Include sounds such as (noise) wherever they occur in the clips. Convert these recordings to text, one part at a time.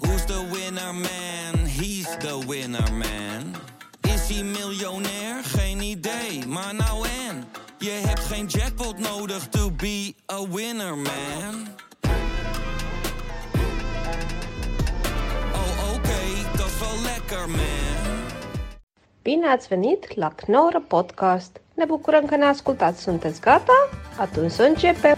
Who's the winner man? He's the winner man. Is hij miljonair? Geen idee, maar nou en. Je hebt geen jackpot nodig to be a winner man. Oh oké, dat is wel lekker man. Bine ați venit la Knorr Podcast! Ne bucurăm că ne ascultați! Sunteți gata? Atunci să începem!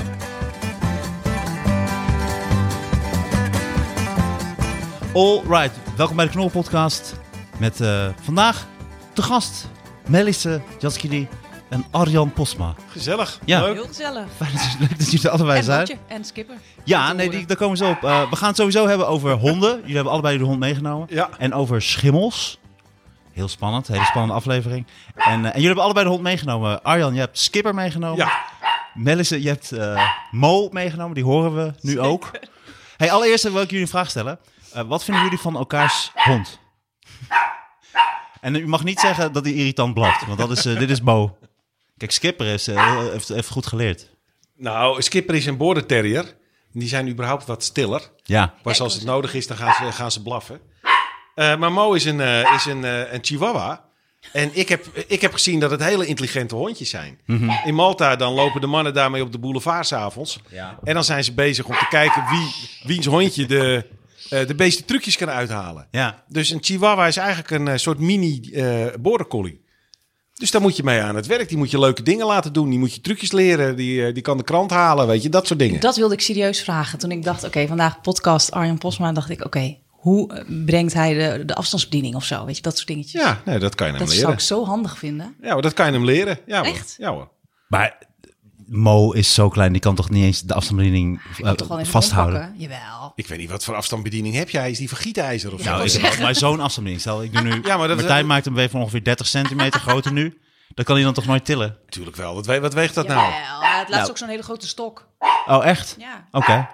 Alright, welkom bij de Knol Podcast. Met eh, vandaag te gast Melisse Jaskili en Arjan Posma. Gezellig. Ja. Leuk. Heel gezellig. Fijn dat je- leuk dat jullie er allebei En zijn. Lotje en Skipper. Ja, nee, die, daar komen ze op. Eh, we gaan het sowieso hebben over honden. Jullie hebben allebei de hond meegenomen. Ja. En over schimmels. Heel spannend, hele spannende aflevering. En, eh, en jullie hebben allebei de hond meegenomen. Arjan, je hebt Skipper meegenomen. Ja. Melisse, je hebt eh Mo meegenomen. Die horen we nu ook. Hey, allereerst wil ik jullie een vraag stellen. Eh, wat vinden jullie van elkaars hond? En u mag niet zeggen dat hij irritant blaft, want dat is, eh, dit is Mo. Kijk, Skipper is, eh, heeft, heeft goed geleerd. Nou, Skipper is een border terrier. Die zijn überhaupt wat stiller. Ja, Pas als het nodig is, dan gaan ze, gaan ze blaffen. Eh, maar Mo is een, eh, is een, eh, een chihuahua. En ik heb, ik heb gezien dat het hele intelligente hondjes zijn. Mhm. In Malta dan lopen de mannen daarmee op de boulevard s'avonds. Ja. En dan zijn ze bezig om te kijken wie, wiens hondje de, eh, de beeste trucjes kan uithalen. ja. Dus een chihuahua is eigenlijk een eh, soort mini eh border collie. Dus daar moet je mee aan het werk. Die moet je leuke dingen laten doen. Die moet je trucjes leren. Die, eh, die kan de krant halen, weet je. Dat soort dingen. Dat wilde ik serieus vragen. Toen ik dacht, oké, vandaag podcast Arjan Posma, dacht ik, oké, hoe eh, brengt hij de, de afstandsbediening of zo? Weet je, dat soort dingetjes. Ja, nee, dat kan je hem dat zou leren. ik zo handig vinden. Ja, maar dat kan je hem leren. Ja, hoor. Echt? Ja hoor. Maar Mo is zo klein, die kan toch niet eens de afstandsbediening Ik eh, kan toch wel even vasthouden? rondpakken? Jawel. Ik weet niet, wat voor afstandsbediening heb jij? Is die van gietijzer of zo? Nou, ik heb altijd mijn zoon afstandsbediening. Stel, ik doe nu... Ja, maar dat- Martijn maakt hem weer van ongeveer 30 centimeter groter nu. Dat kan hij dan toch nooit tillen? Natuurlijk wel. Wat, we- wat weegt dat Jawel. nou? Ja, het laatst Nou. ook zo'n hele grote stok. Oh, echt? Ja, Oké.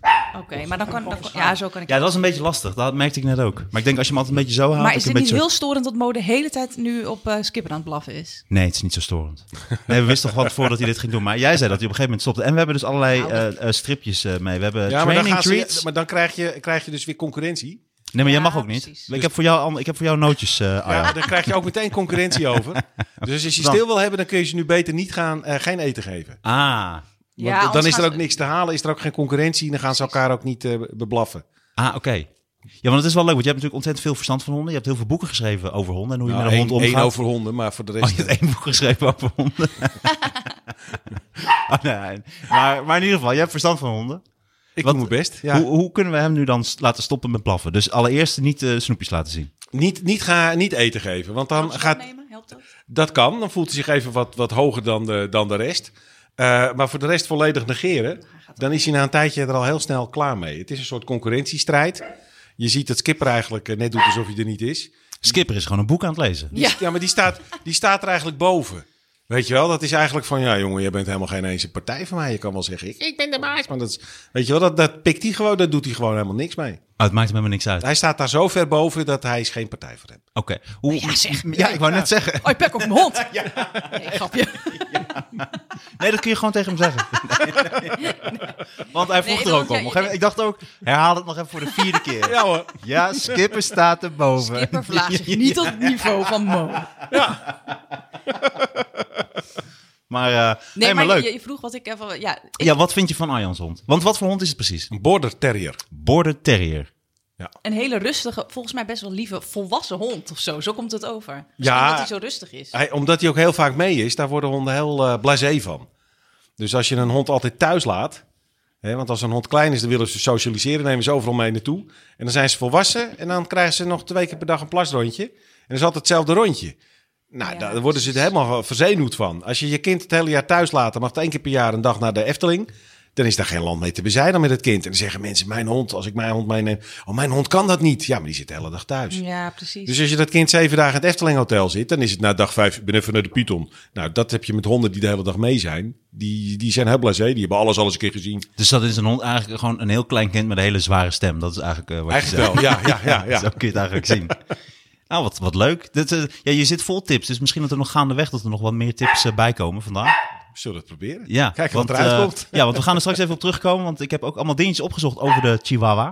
eh, oké. Maar dan kan, dan kan- Ja, zo kan ik... Oh. Ja, dat is een beetje lastig. Dat merkte ik net ook. Maar ik denk als je hem altijd een beetje zo houdt... maar dat is dit je een niet beetje zo- heel storend dat Mo de hele tijd nu op eh, Skipper aan het blaffen is? Nee, het is niet zo storend. Nee, we wisten toch wat voordat hij dit ging doen. Maar jij zei dat hij op een gegeven moment stopte. En we hebben dus allerlei Nou, eh, eh, stripjes eh, mee. We hebben Ja, maar dan, training gaan ze, treats. maar dan krijg, je, krijg je dus weer concurrentie. Nee, maar jij Ja, mag ook niet. precies. Ik heb voor jou, al- ik heb voor jou nootjes, eh Ja, Arjan. dan krijg je ook meteen concurrentie (laughs) over. Dus als je Dan- stil wil hebben, dan kun je ze nu beter niet gaan, eh, geen eten geven. Ah, Want Ja, dan anders is er gaan ook ze- niks te halen, is er ook geen concurrentie. Dan gaan ze elkaar ook niet eh, beblaffen. ah oké. Ja, want het is wel leuk, want je hebt natuurlijk ontzettend veel verstand van honden. Je hebt heel veel boeken geschreven over honden en hoe je Nou, met een hond één- één omgaat. over honden, maar voor de Oh, rest... eh, je hebt één boek geschreven over (laughs) honden. (laughs) oh, nee. maar, maar in ieder geval, je hebt verstand van honden. ik wat- doe mijn best. Ja. Hoe, hoe kunnen we hem nu dan s- laten stoppen met blaffen? Dus allereerst niet eh, snoepjes laten zien. Niet, niet, ga, niet eten geven, want dan Afstand gaat... nemen, helpt dat? Dat kan, dan voelt hij zich even wat, wat hoger dan de, dan de rest. Eh, maar voor de rest volledig negeren, dan is hij na een tijdje er al heel snel klaar mee. Het is een soort concurrentiestrijd. Je ziet dat Skipper eigenlijk eh, net doet alsof hij er niet is. Skipper is gewoon een boek aan het lezen. Ja, maar die staat, die staat er eigenlijk boven. Weet je wel, dat is eigenlijk van, ja jongen, je bent helemaal geen eens een partij van mij. Je kan wel zeggen, ik, ik ben de baas. Maar dat is, weet je wel, dat, dat pikt hij gewoon, daar doet hij gewoon helemaal niks mee. Oh, het maakt hem helemaal niks uit. Oké. Hij staat daar zo ver boven dat hij is geen partij voor hem. Hoe... Ja, zeg. Ja, ik wou net zeggen. Oh, je pek op mijn (laughs) hond. Nee, grapje. Nee, dat kun je gewoon tegen hem (laughs) zeggen. (laughs) Nee, nee. Want hij vroeg Nee, er ook want om. jij- Op een gegeven moment- Ik dacht ook, herhaal het nog even voor de (laughs) vierde keer. Ja, hoor. Skipper staat erboven. Skipper verlaagt (laughs) zich niet tot het niveau van Mo. Maar, eh, Nee, hey, maar, maar leuk. Je, je vroeg wat ik even... Ja, ik- Ja, wat vind je van Arjans hond? Want wat voor hond is het precies? Een border terrier. Border Terrier. een hele rustige, volgens mij best wel lieve volwassen hond of zo. Zo komt het over. Ja. Ja. Omdat hij zo rustig is. Hij, omdat hij ook heel vaak mee is, daar worden honden heel eh blasé van. Dus als je een hond altijd thuis laat... Hè, want als een hond klein is, dan willen ze socialiseren, nemen ze overal mee naartoe. En dan zijn ze volwassen en dan krijgen ze nog twee keer per dag een plasrondje. En dat is altijd hetzelfde rondje. Nou, Ja, daar worden ze er helemaal verzenuwd van. Als je je kind het hele jaar thuis laat, dan mag het één keer per jaar een dag naar de Efteling. Dan is daar geen land mee te bezijden met het kind. En dan zeggen mensen, mijn hond, als ik mijn hond meeneem... Oh, mijn hond kan dat niet. Ja, maar die zit de hele dag thuis. Ja, precies. Dus als je dat kind zeven dagen in het Efteling Hotel zit, dan is het na dag vijf, ik ben even naar de Python. Nou, dat heb je met honden die de hele dag mee zijn. Die, die zijn heel blasé, die hebben alles al eens een keer gezien. Dus dat is een hond eigenlijk gewoon een heel klein kind met een hele zware stem. Dat is eigenlijk eh, wat je Eigenlijk zegt. wel, ja, ja, ja. Zo (laughs) (laughs) ja. kun je het eigenlijk zien. Nou, wat, wat leuk. Dit, eh, ja, je zit vol tips, dus misschien dat er nog gaandeweg dat er nog wat meer tips eh, bij komen vandaag. Zullen we het proberen? Ja, Kijken wat want, eruit eh, komt. Ja, want we gaan er straks even op terugkomen, want ik heb ook allemaal dingetjes opgezocht over de Chihuahua.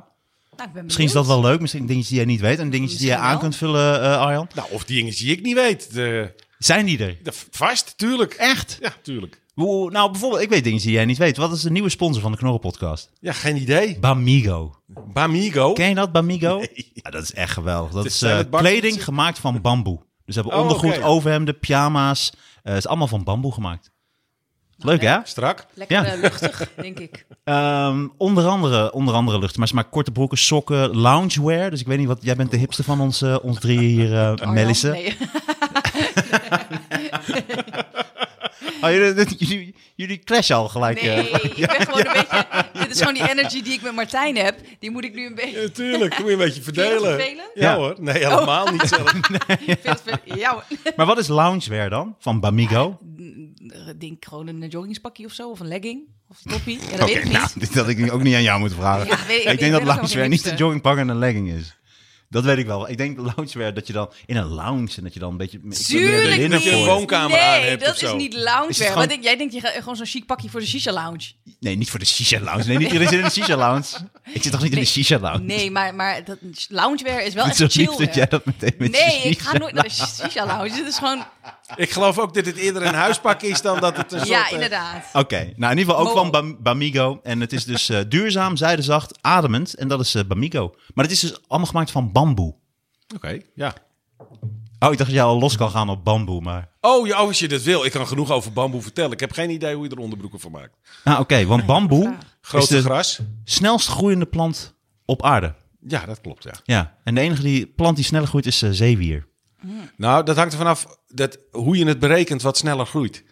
Nou, ik ben Misschien is dat benieuwd. wel leuk, misschien dingetjes die jij niet weet en dingetjes die jij Misschien aan wel. kunt vullen, eh, Arjan. Nou, of die dingen die ik niet weet. De, Zijn die er? de- vast, tuurlijk. Echt? Ja, tuurlijk. Hoe- Nou, bijvoorbeeld, ik weet dingen die jij niet weet. Wat is de nieuwe sponsor van de Knorrenpodcast? Ja, geen idee. Bamigo. Bamigo. Ken je dat, (laughs) Bamigo? Ja, dat is echt geweldig. Dat Het is zijn eh, het bakjes- kleding gemaakt van bamboe. Dus ze hebben Oh, ondergoed, oké. overhemden, pyjama's. Eh, Het is allemaal van bamboe gemaakt. Leuk, hè? Strak. Lekker Ja. eh, luchtig, denk (laughs) ik. Ehm, onder, andere, onder andere lucht. Maar ze maken korte broeken, sokken, loungewear. Dus ik weet niet wat... Jij bent de hipste van ons, eh, ons drieën hier, eh, Arjan, Melissa. Oh, nee. Oh, jullie, (laughs) dit- jullie, jullie clashen al gelijk. eh. Nee, (laughs) ik ben gewoon een beetje... Dit is gewoon die energy die ik met Martijn heb. Die moet ik nu een (laughs) beetje... Ja, tuurlijk. Moet je een beetje verdelen. vervelend? Ja, Ja. hoor. Nee, helemaal niet zelf. veel te veel- Ja, hoor. eh. Maar wat is loungewear dan? Van Bamigo? Ik denk eh, gewoon een joggingspakje of zo. Of een legging. Of een toppie. Ja, dat Oké, weet ik nou, niet. (laughs) dit had ik ook niet aan jou moeten vragen. Ja, weet- ik, ik denk ben dat ook nog loungewear geen niet een hipster. joggingpak en een legging is. Dat weet ik wel. Ik denk loungewear dat je dan in een lounge en dat je dan een beetje... ik wil meer Tuurlijk binnen niet. je een voor- woonkamer nee, aan hebt dat of zo. is niet Is loungewear. het Want gewoon- ik- jij denkt je gaat gewoon zo'n chic pakje voor de shisha lounge. Nee, niet voor de shisha lounge. Nee, niet iedereen zit in de shisha lounge. Ik zit toch niet in de Nee. shisha lounge? Nee, maar, maar dat, loungewear is wel Het is echt zo chill. lief dat hè. jij dat meteen met nee, je ik ga shisha- nooit naar de shisha lounge. Dit is (laughs) gewoon... Ik geloof ook dat het eerder een huispak is dan dat het een soort... Ja, eh, inderdaad. Oké, nou in ieder geval ook Mo- van Bam- Bamigo. En het is dus eh, duurzaam, zijdezacht, ademend. En dat is eh, Bamigo. Maar het is dus allemaal gemaakt van bamboe. Oké, ja. Oh, ik dacht dat jij al los kan gaan op bamboe, maar... Oh, ja, als je dat wil. Ik kan genoeg over bamboe vertellen. Ik heb geen idee hoe je er onderbroeken van maakt. Nou oké, want bamboe is Grote de gras. snelst groeiende plant op aarde. Ja, dat klopt, ja. Ja, en de enige die, plant die sneller groeit is eh, zeewier. Nou, dat hangt er vanaf dat, hoe je het berekent wat sneller groeit.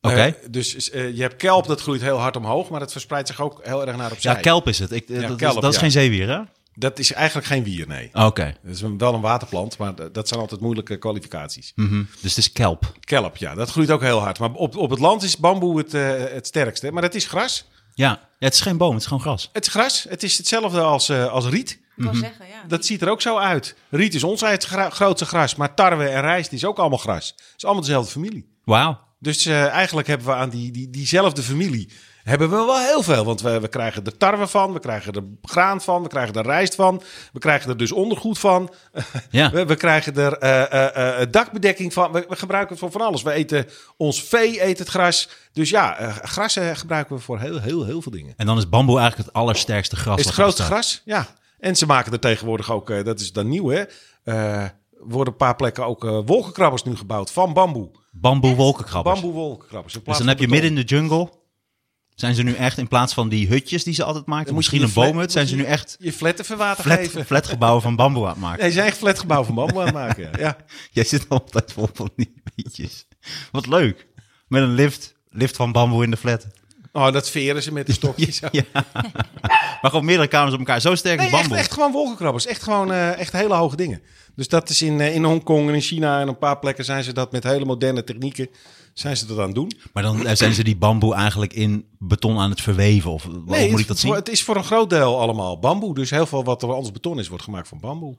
Oké. Eh, dus eh, je hebt kelp, dat groeit heel hard omhoog, maar dat verspreidt zich ook heel erg naar opzij. ja, kelp is het. Ik, eh, Ja, dat, is, kelp, dat is ja. geen zeewier, hè? Dat is eigenlijk geen wier, nee. Oké. Dat is een- wel een waterplant, maar d- dat zijn altijd moeilijke kwalificaties. Mhm. Dus het is kelp. Kelp, ja, dat groeit ook heel hard. Maar op, op het land is bamboe het, eh, het sterkste. Maar het is gras. Ja. ja, het is geen boom, het is gewoon gras. Het is gras. Het is hetzelfde als, eh, als riet. Ik Mhm. wou zeggen, ja. Dat ziet er ook zo uit. Riet is ons het gra- grootste gras, maar tarwe en rijst is ook allemaal gras. Het is allemaal dezelfde familie. Wauw. Dus eh, eigenlijk hebben we aan die, die, diezelfde familie hebben we wel heel veel. Want we, we krijgen er tarwe van, we krijgen er graan van, we krijgen er rijst van. We krijgen er dus ondergoed van. (laughs) Ja. We, we krijgen er eh, eh, eh, dakbedekking van. We, we gebruiken het voor van alles. We eten, ons vee eet het gras. Dus ja, eh, gras eh, gebruiken we voor heel, heel, heel veel dingen. En dan is bamboe eigenlijk het allersterkste gras. Is wat het er grootste bestaat. gras? Ja. En ze maken er tegenwoordig ook, eh, dat is dan nieuw hè, Eh worden een paar plekken ook eh, wolkenkrabbers nu gebouwd van bamboe. Bamboe wolkenkrabbers. Bamboe wolkenkrabbers. in dus plaats dan heb van je beton. midden in de jungle... Zijn ze nu echt, in plaats van die hutjes die ze altijd maakten, Dan moet je misschien een je flat- boomhut, zijn ze nu echt je flatten verwater flat, geven. flatgebouwen van bamboe aan het maken. Nee, zijn echt flatgebouw van bamboe aan het maken. ja. Ja. Jij zit (laughs) altijd vol van die liedjes. Wat leuk. Met een lift. Lift van bamboe in de flat. Oh, dat veren ze (laughs) met de stokjes. Ja. Maar gewoon meerdere kamers op elkaar. Zo sterk is Nee, echt, bamboe. echt gewoon wolkenkrabbers. Echt gewoon eh, echt hele hoge dingen. Dus dat is in, eh, in Hongkong en in China en een paar plekken zijn ze dat met hele moderne technieken zijn ze dat aan het doen. Maar dan eh, zijn ze die bamboe eigenlijk in beton aan het verweven. Of hoe moet ik het, dat zien? voor- het is voor een groot deel allemaal bamboe. Dus heel veel wat er anders beton is, wordt gemaakt van bamboe.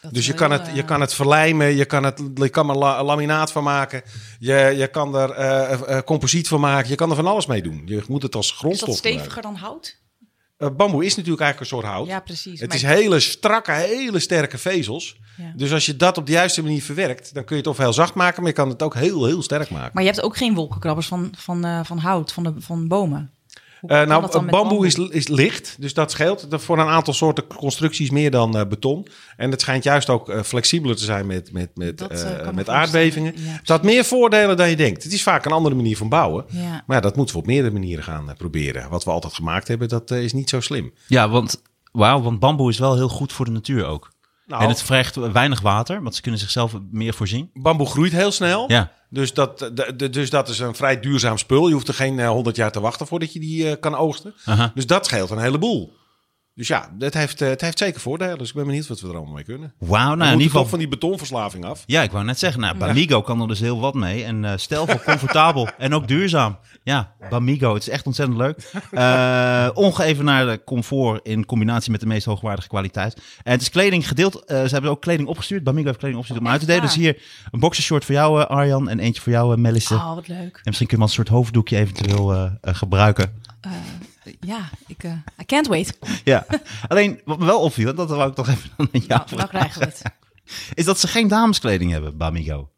Dat Dus is je wel kan, het, heel, je eh, kan het verlijmen, je kan, het, je kan er la- laminaat van maken, je, je kan er eh, eh, composiet van maken, je kan er van alles mee doen. Je moet het als Is dat grondstof gebruiken. steviger dan hout? Eh, bamboe is natuurlijk eigenlijk een soort hout. Ja, precies. het maar is ik- hele strakke, hele sterke vezels. Ja. Dus als je dat op de juiste manier verwerkt, dan kun je het of heel zacht maken, maar je kan het ook heel, heel sterk maken. Maar je hebt ook geen wolkenkrabbers van, van, eh, van hout, van, de, van bomen. Hoe Eh, kan nou, dat dan bamboe, met Is, is licht, dus dat scheelt Dat voor een aantal soorten constructies meer dan eh, beton. En het schijnt juist ook eh, flexibeler te zijn met, met, met, Dat, eh, eh, kan me met voorstellen. aardbevingen. Ja, het had meer voordelen dan je denkt. Het is vaak een andere manier van bouwen. Ja. Maar ja, dat moeten we op meerdere manieren gaan eh, proberen. Wat we altijd gemaakt hebben, dat eh, is niet zo slim. Ja, want, wauw, want bamboe is wel heel goed voor de natuur ook. Nou, En het vergt weinig water, want ze kunnen zichzelf meer voorzien. Bamboe groeit heel snel. Ja. Dus dat, d- d- dus dat is een vrij duurzaam spul. Je hoeft er geen eh, 100 jaar te wachten voordat je die eh, kan oogsten. Aha. Dus dat scheelt een heleboel. Dus ja, het heeft, eh, het heeft zeker voordelen. Dus ik ben benieuwd wat we er allemaal mee kunnen. Wauw, Nou, nou we in moeten ieder toch geval... van die betonverslaving af. Ja, ik wou net zeggen, nou, Bamigo kan er dus heel wat mee. En eh stel voor comfortabel en ook duurzaam. Ja, Bamigo, het is echt ontzettend (laughs) leuk. Eh ongeëvenaarde comfort in combinatie met de meest hoogwaardige kwaliteit. En het is kleding gedeeld. eh, ze hebben ook kleding opgestuurd. Bamigo heeft kleding opgestuurd om uit te delen. waar? Dus hier een boxershort voor jou, eh, Arjan. En eentje voor jou, eh, Melissa. Oh, wat leuk. En misschien kun je wel een soort hoofddoekje eventueel eh, eh, (laughs) gebruiken. Ja, ik eh, I can't wait. (laughs) Ja. Alleen, wat me wel opviel, en dat Oh, wou ik toch even aan jou nou, vragen, nou krijgen (laughs) we het. Is dat ze geen dameskleding hebben, Bamigo.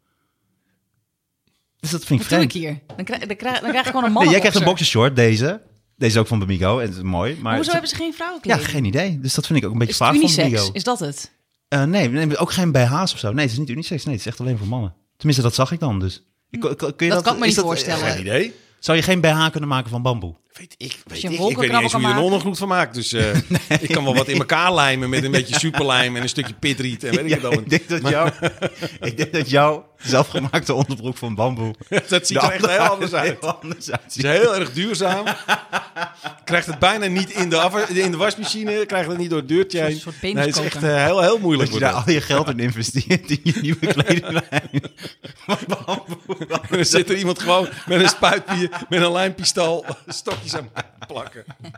Dus dat vind ik Wat doe ik vreemd. hier? Dan krijg, dan krijg, dan krijg ik gewoon een man. (laughs) Nee, jij krijgt een boxershort, deze. Deze is ook van Bamigo en het is mooi. Maar Hoezo ze- hebben ze geen Ja, vrouwenkleding? geen idee. Dus dat vind ik ook een beetje Is het vaag van unisex? Bamigo. Is dat het? Eh, nee, we nemen ook geen BH's of zo. Nee, het is niet unisex. Nee, het is echt alleen voor mannen. Tenminste, dat zag ik dan dus. Ik- kun je dat, Hm. kan ik me is niet dat- voorstellen. Geen idee. Zou je geen BH kunnen maken van bamboe? Weet ik, weet je een ik. ik weet niet wolkenknabber eens hoe je er kan een maken. ondergoed van maakt. Dus eh, (laughs) ik kan wel wat in elkaar lijmen met een beetje superlijm en een stukje pitriet en weet ik (laughs) het Ja, allemaal. ik, denk dat jou, ik denk dat jouw zelfgemaakte onderbroek van bamboe... (laughs) Dat ziet er echt heel (laughs) anders uit. Heel anders Het uitziet. is heel erg (laughs) duurzaam. Krijgt het bijna niet in de, af- in de wasmachine. Krijgt het niet door het deurtje Een heen. soort Nee, het is peniskoker. echt eh, heel, heel moeilijk. Dat je daar wordt al je geld in investeert in je (laughs) nieuwe kledinglijn. Maar bamboe... het. Dan (laughs) zit er iemand gewoon met een spuitpier, met een lijmpistool, (laughs) stokjes aan plakken. (laughs)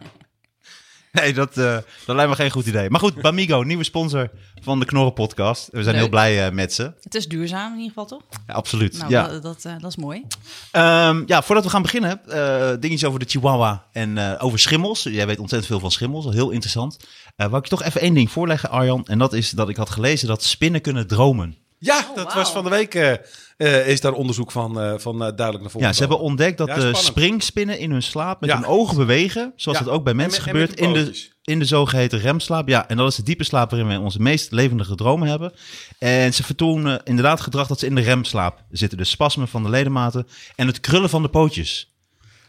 Nee, dat, eh, dat lijkt me geen goed idee. Maar goed, Bamigo, nieuwe sponsor van de Knorren Podcast. We zijn Leuk. heel blij eh, met ze. Het is duurzaam in ieder geval, toch? Ja, absoluut. Nou, ja. dat, dat, eh, dat is mooi. Ehm, ja, voordat we gaan beginnen, eh dingetjes over de Chihuahua en eh, over schimmels. Jij weet ontzettend veel van schimmels, heel interessant. Eh wou ik je toch even één ding voorleggen, Arjan. En dat is dat ik had gelezen dat spinnen kunnen dromen. Ja, Oh, dat wauw. was van de week. eh, eh, is daar onderzoek van, eh, van eh, duidelijk naar voren. Ja, ze hebben ontdekt dat Ja, de spannend. springspinnen in hun slaap met Ja. hun ogen bewegen. Zoals Ja. dat ook bij En mensen met- en gebeurt met hun in de, pootjes. in de zogeheten remslaap. Ja, en dat is de diepe slaap waarin wij onze meest levendige dromen hebben. En ze vertonen inderdaad gedrag dat ze in de remslaap zitten. Dus spasmen van de ledematen en het krullen van de pootjes.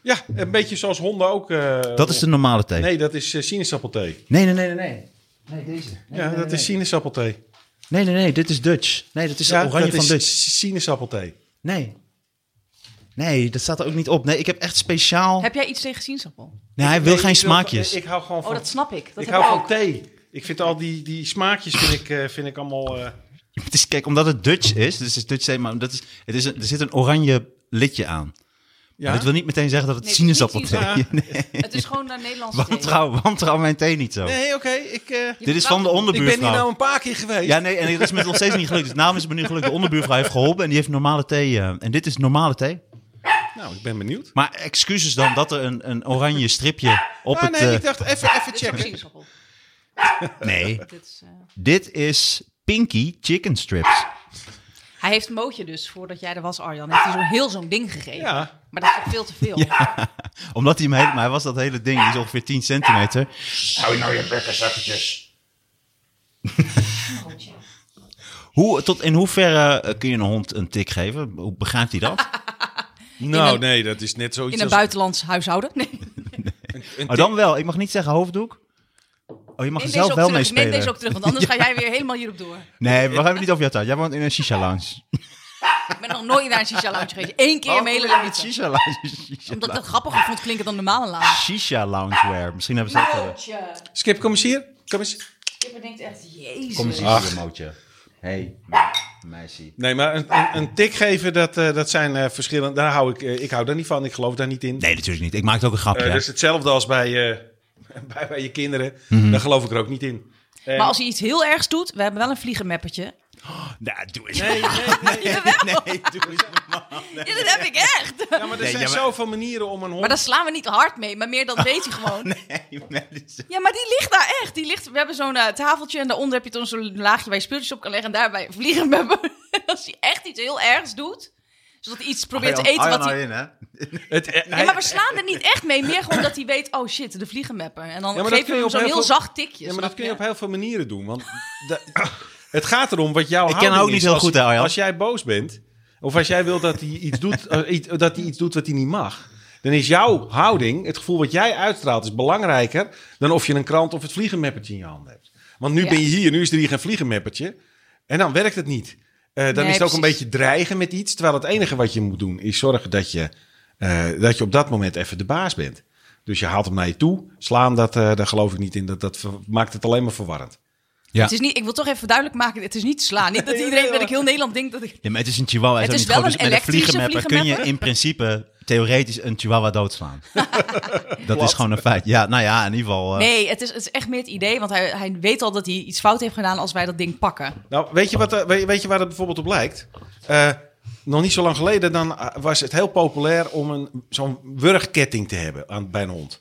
Ja, een beetje zoals honden ook. eh, Dat is de normale thee. Nee, Nee, dat is eh, sinaasappelthee. nee, nee, nee. Nee, nee deze. Nee, Ja, nee, dat nee. is sinaasappelthee. Nee, nee, nee, dit is Dutch. Nee, dat is Ja, de oranje dat van is Dutch. s- Sinaasappelthee. Nee. Nee, dat staat er ook niet op. Nee, ik heb echt speciaal... Heb jij iets tegen sinaasappel? Nee, hij wil Nee, geen ik van- smaakjes. Ik hou gewoon Oh, van dat snap ik. Dat ik heb hou ik van ook. thee. Ik vind al die, die smaakjes vind ik, eh, vind ik allemaal... eh, Het is, kijk, omdat het Dutch is, dus het is Dutch thee, maar dat is, het is een- er zit een oranje lidje aan. Maar ja. dat wil niet meteen zeggen dat het Nee, het is sinaasappel niet thee is. (laughs) Nee, Het is gewoon naar Nederlandse thee. wantrouw, wantrouw mijn thee niet zo. Nee, oké. ik, eh, Dit is van de ik ben hier onderbuurvrouw. nou een paar keer geweest. Ja, nee, en dat is me nog steeds niet gelukt. Dus naam is me nu gelukt. De onderbuurvrouw heeft geholpen en die heeft normale thee. eh, en dit is normale thee. Nou, ik ben benieuwd. Maar excuses dan dat er een, een oranje stripje op ah, het... nee, eh, ik dacht even, even Dit is ook checken. sinaasappel. nee, Dit is, eh, dit is Pinky Chicken Strips. Hij heeft mootje dus, voordat jij er was, Arjan. Heeft hij zo'n heel zo'n ding gegeven. Ja. Maar dat is toch veel te veel. Omdat hij hem helemaal... Hij was dat hele ding, die is ongeveer 10 centimeter. Hou je nou je bek eens eventjes. Hoe, tot in hoeverre eh, kun je een hond een tik geven? Hoe begrijpt hij dat? Nou, een- nee, dat is net zoiets In een als... buitenlands huishouden. Nee, Oh, dan wel. Ik mag niet zeggen hoofddoek. Oh, je mag er neem, zelf deze wel ook mee terug. neem spelen. deze ook terug, want anders ga jij weer helemaal hierop door. Nee, we gaan het niet over jou thuis. Jij woont in een shisha lounge. Ik ben nog nooit naar een shisha lounge geweest. Eén keer Oh, in mijn hele Niet leven. shisha lounge. Shisha, Omdat ik dat grappiger vond klinken dan normale lounge. shisha loungewear. Misschien hebben ze dat wel. Mootje. Skip, kom eens hier. Kom eens. Ik bedenkt echt, jezus. Kom eens Ach. hier, mootje. Hé, meisje. Nee, maar een, een, een tik geven, dat, eh, dat zijn eh, verschillende... Daar hou ik, eh, ik hou daar niet van. Ik geloof daar niet in. Nee, natuurlijk niet. Ik maakte ook een grapje. Eh, hè. Dat is hetzelfde als bij, eh, (laughs) bij, bij je kinderen. Mhm. Daar geloof ik er ook niet in. Eh, Maar als hij iets heel ergs doet, we hebben wel een vliegenmappertje. Nou, doe eens. (laughs) Nee, nee, (laughs) nee. Nee, doe eens normaal. Ja, dat heb ik echt. Ja, maar er Nee, zijn ja, maar- zoveel manieren om een hond... Maar daar slaan we niet hard mee, maar meer Oh, dan weet hij gewoon. Nee, mensen. Ja, maar die ligt daar echt. Die ligt, we hebben zo'n eh, tafeltje en daaronder heb je dan zo'n laagje waar je speeltjes op kan leggen. En daarbij vliegen we (laughs) hebben. Als hij echt iets heel ergs doet, zodat hij Ah, iets probeert te eten Arjan wat hij... eh, nou in, hè? Het, eh, Ja, maar we slaan er niet echt mee. Meer gewoon dat hij weet, oh shit, de vliegenmapper. En dan Ja, maar dat geven kun we je hem op zo'n heel heel veel- zacht tikje. Ja, maar dat snap kun je je? op heel veel manieren doen. Want da- het gaat erom wat jouw ken houding haar ook niet is heel als- goed, hè, Arjan? Als jij boos bent, of als jij wilt dat hij iets doet, eh, iets- dat hij iets doet wat hij niet mag... Dan is jouw houding, het gevoel wat jij uitstraalt, is belangrijker dan of je een krant of het vliegenmeppertje in je hand hebt. Want nu Ja. ben je hier, nu is er hier geen vliegenmeppertje. En dan werkt het niet. Eh, dan Nee, is het ook een precies. beetje dreigen met iets. Terwijl het enige wat je moet doen is zorgen dat je, eh, dat je op dat moment even de baas bent. Dus je haalt hem naar je toe. Slaan, dat, eh, daar geloof ik niet in. Dat, dat ver- maakt het alleen maar verwarrend. Ja. Het is niet, ik wil toch even duidelijk maken, het is (laughs) niet slaan. Niet dat iedereen, dat ik heel Nederland denk dat ik... Ja, maar het is een chihuahua. Het ook is niet wel groot, een dus met een elektrische vliegenmapper kun je in principe theoretisch een chihuahua (laughs) doodslaan. dat is gewoon een feit. Ja, nou ja, in ieder geval. eh, Nee, het is, het is echt meer het idee, want hij, hij weet al dat hij iets fout heeft gedaan als wij dat ding pakken. Nou, weet je, wat, eh, weet, weet je waar het bijvoorbeeld op lijkt? Eh, nog niet zo lang geleden dan eh, was het heel populair om een, zo'n wurgketting te hebben aan, bij een hond.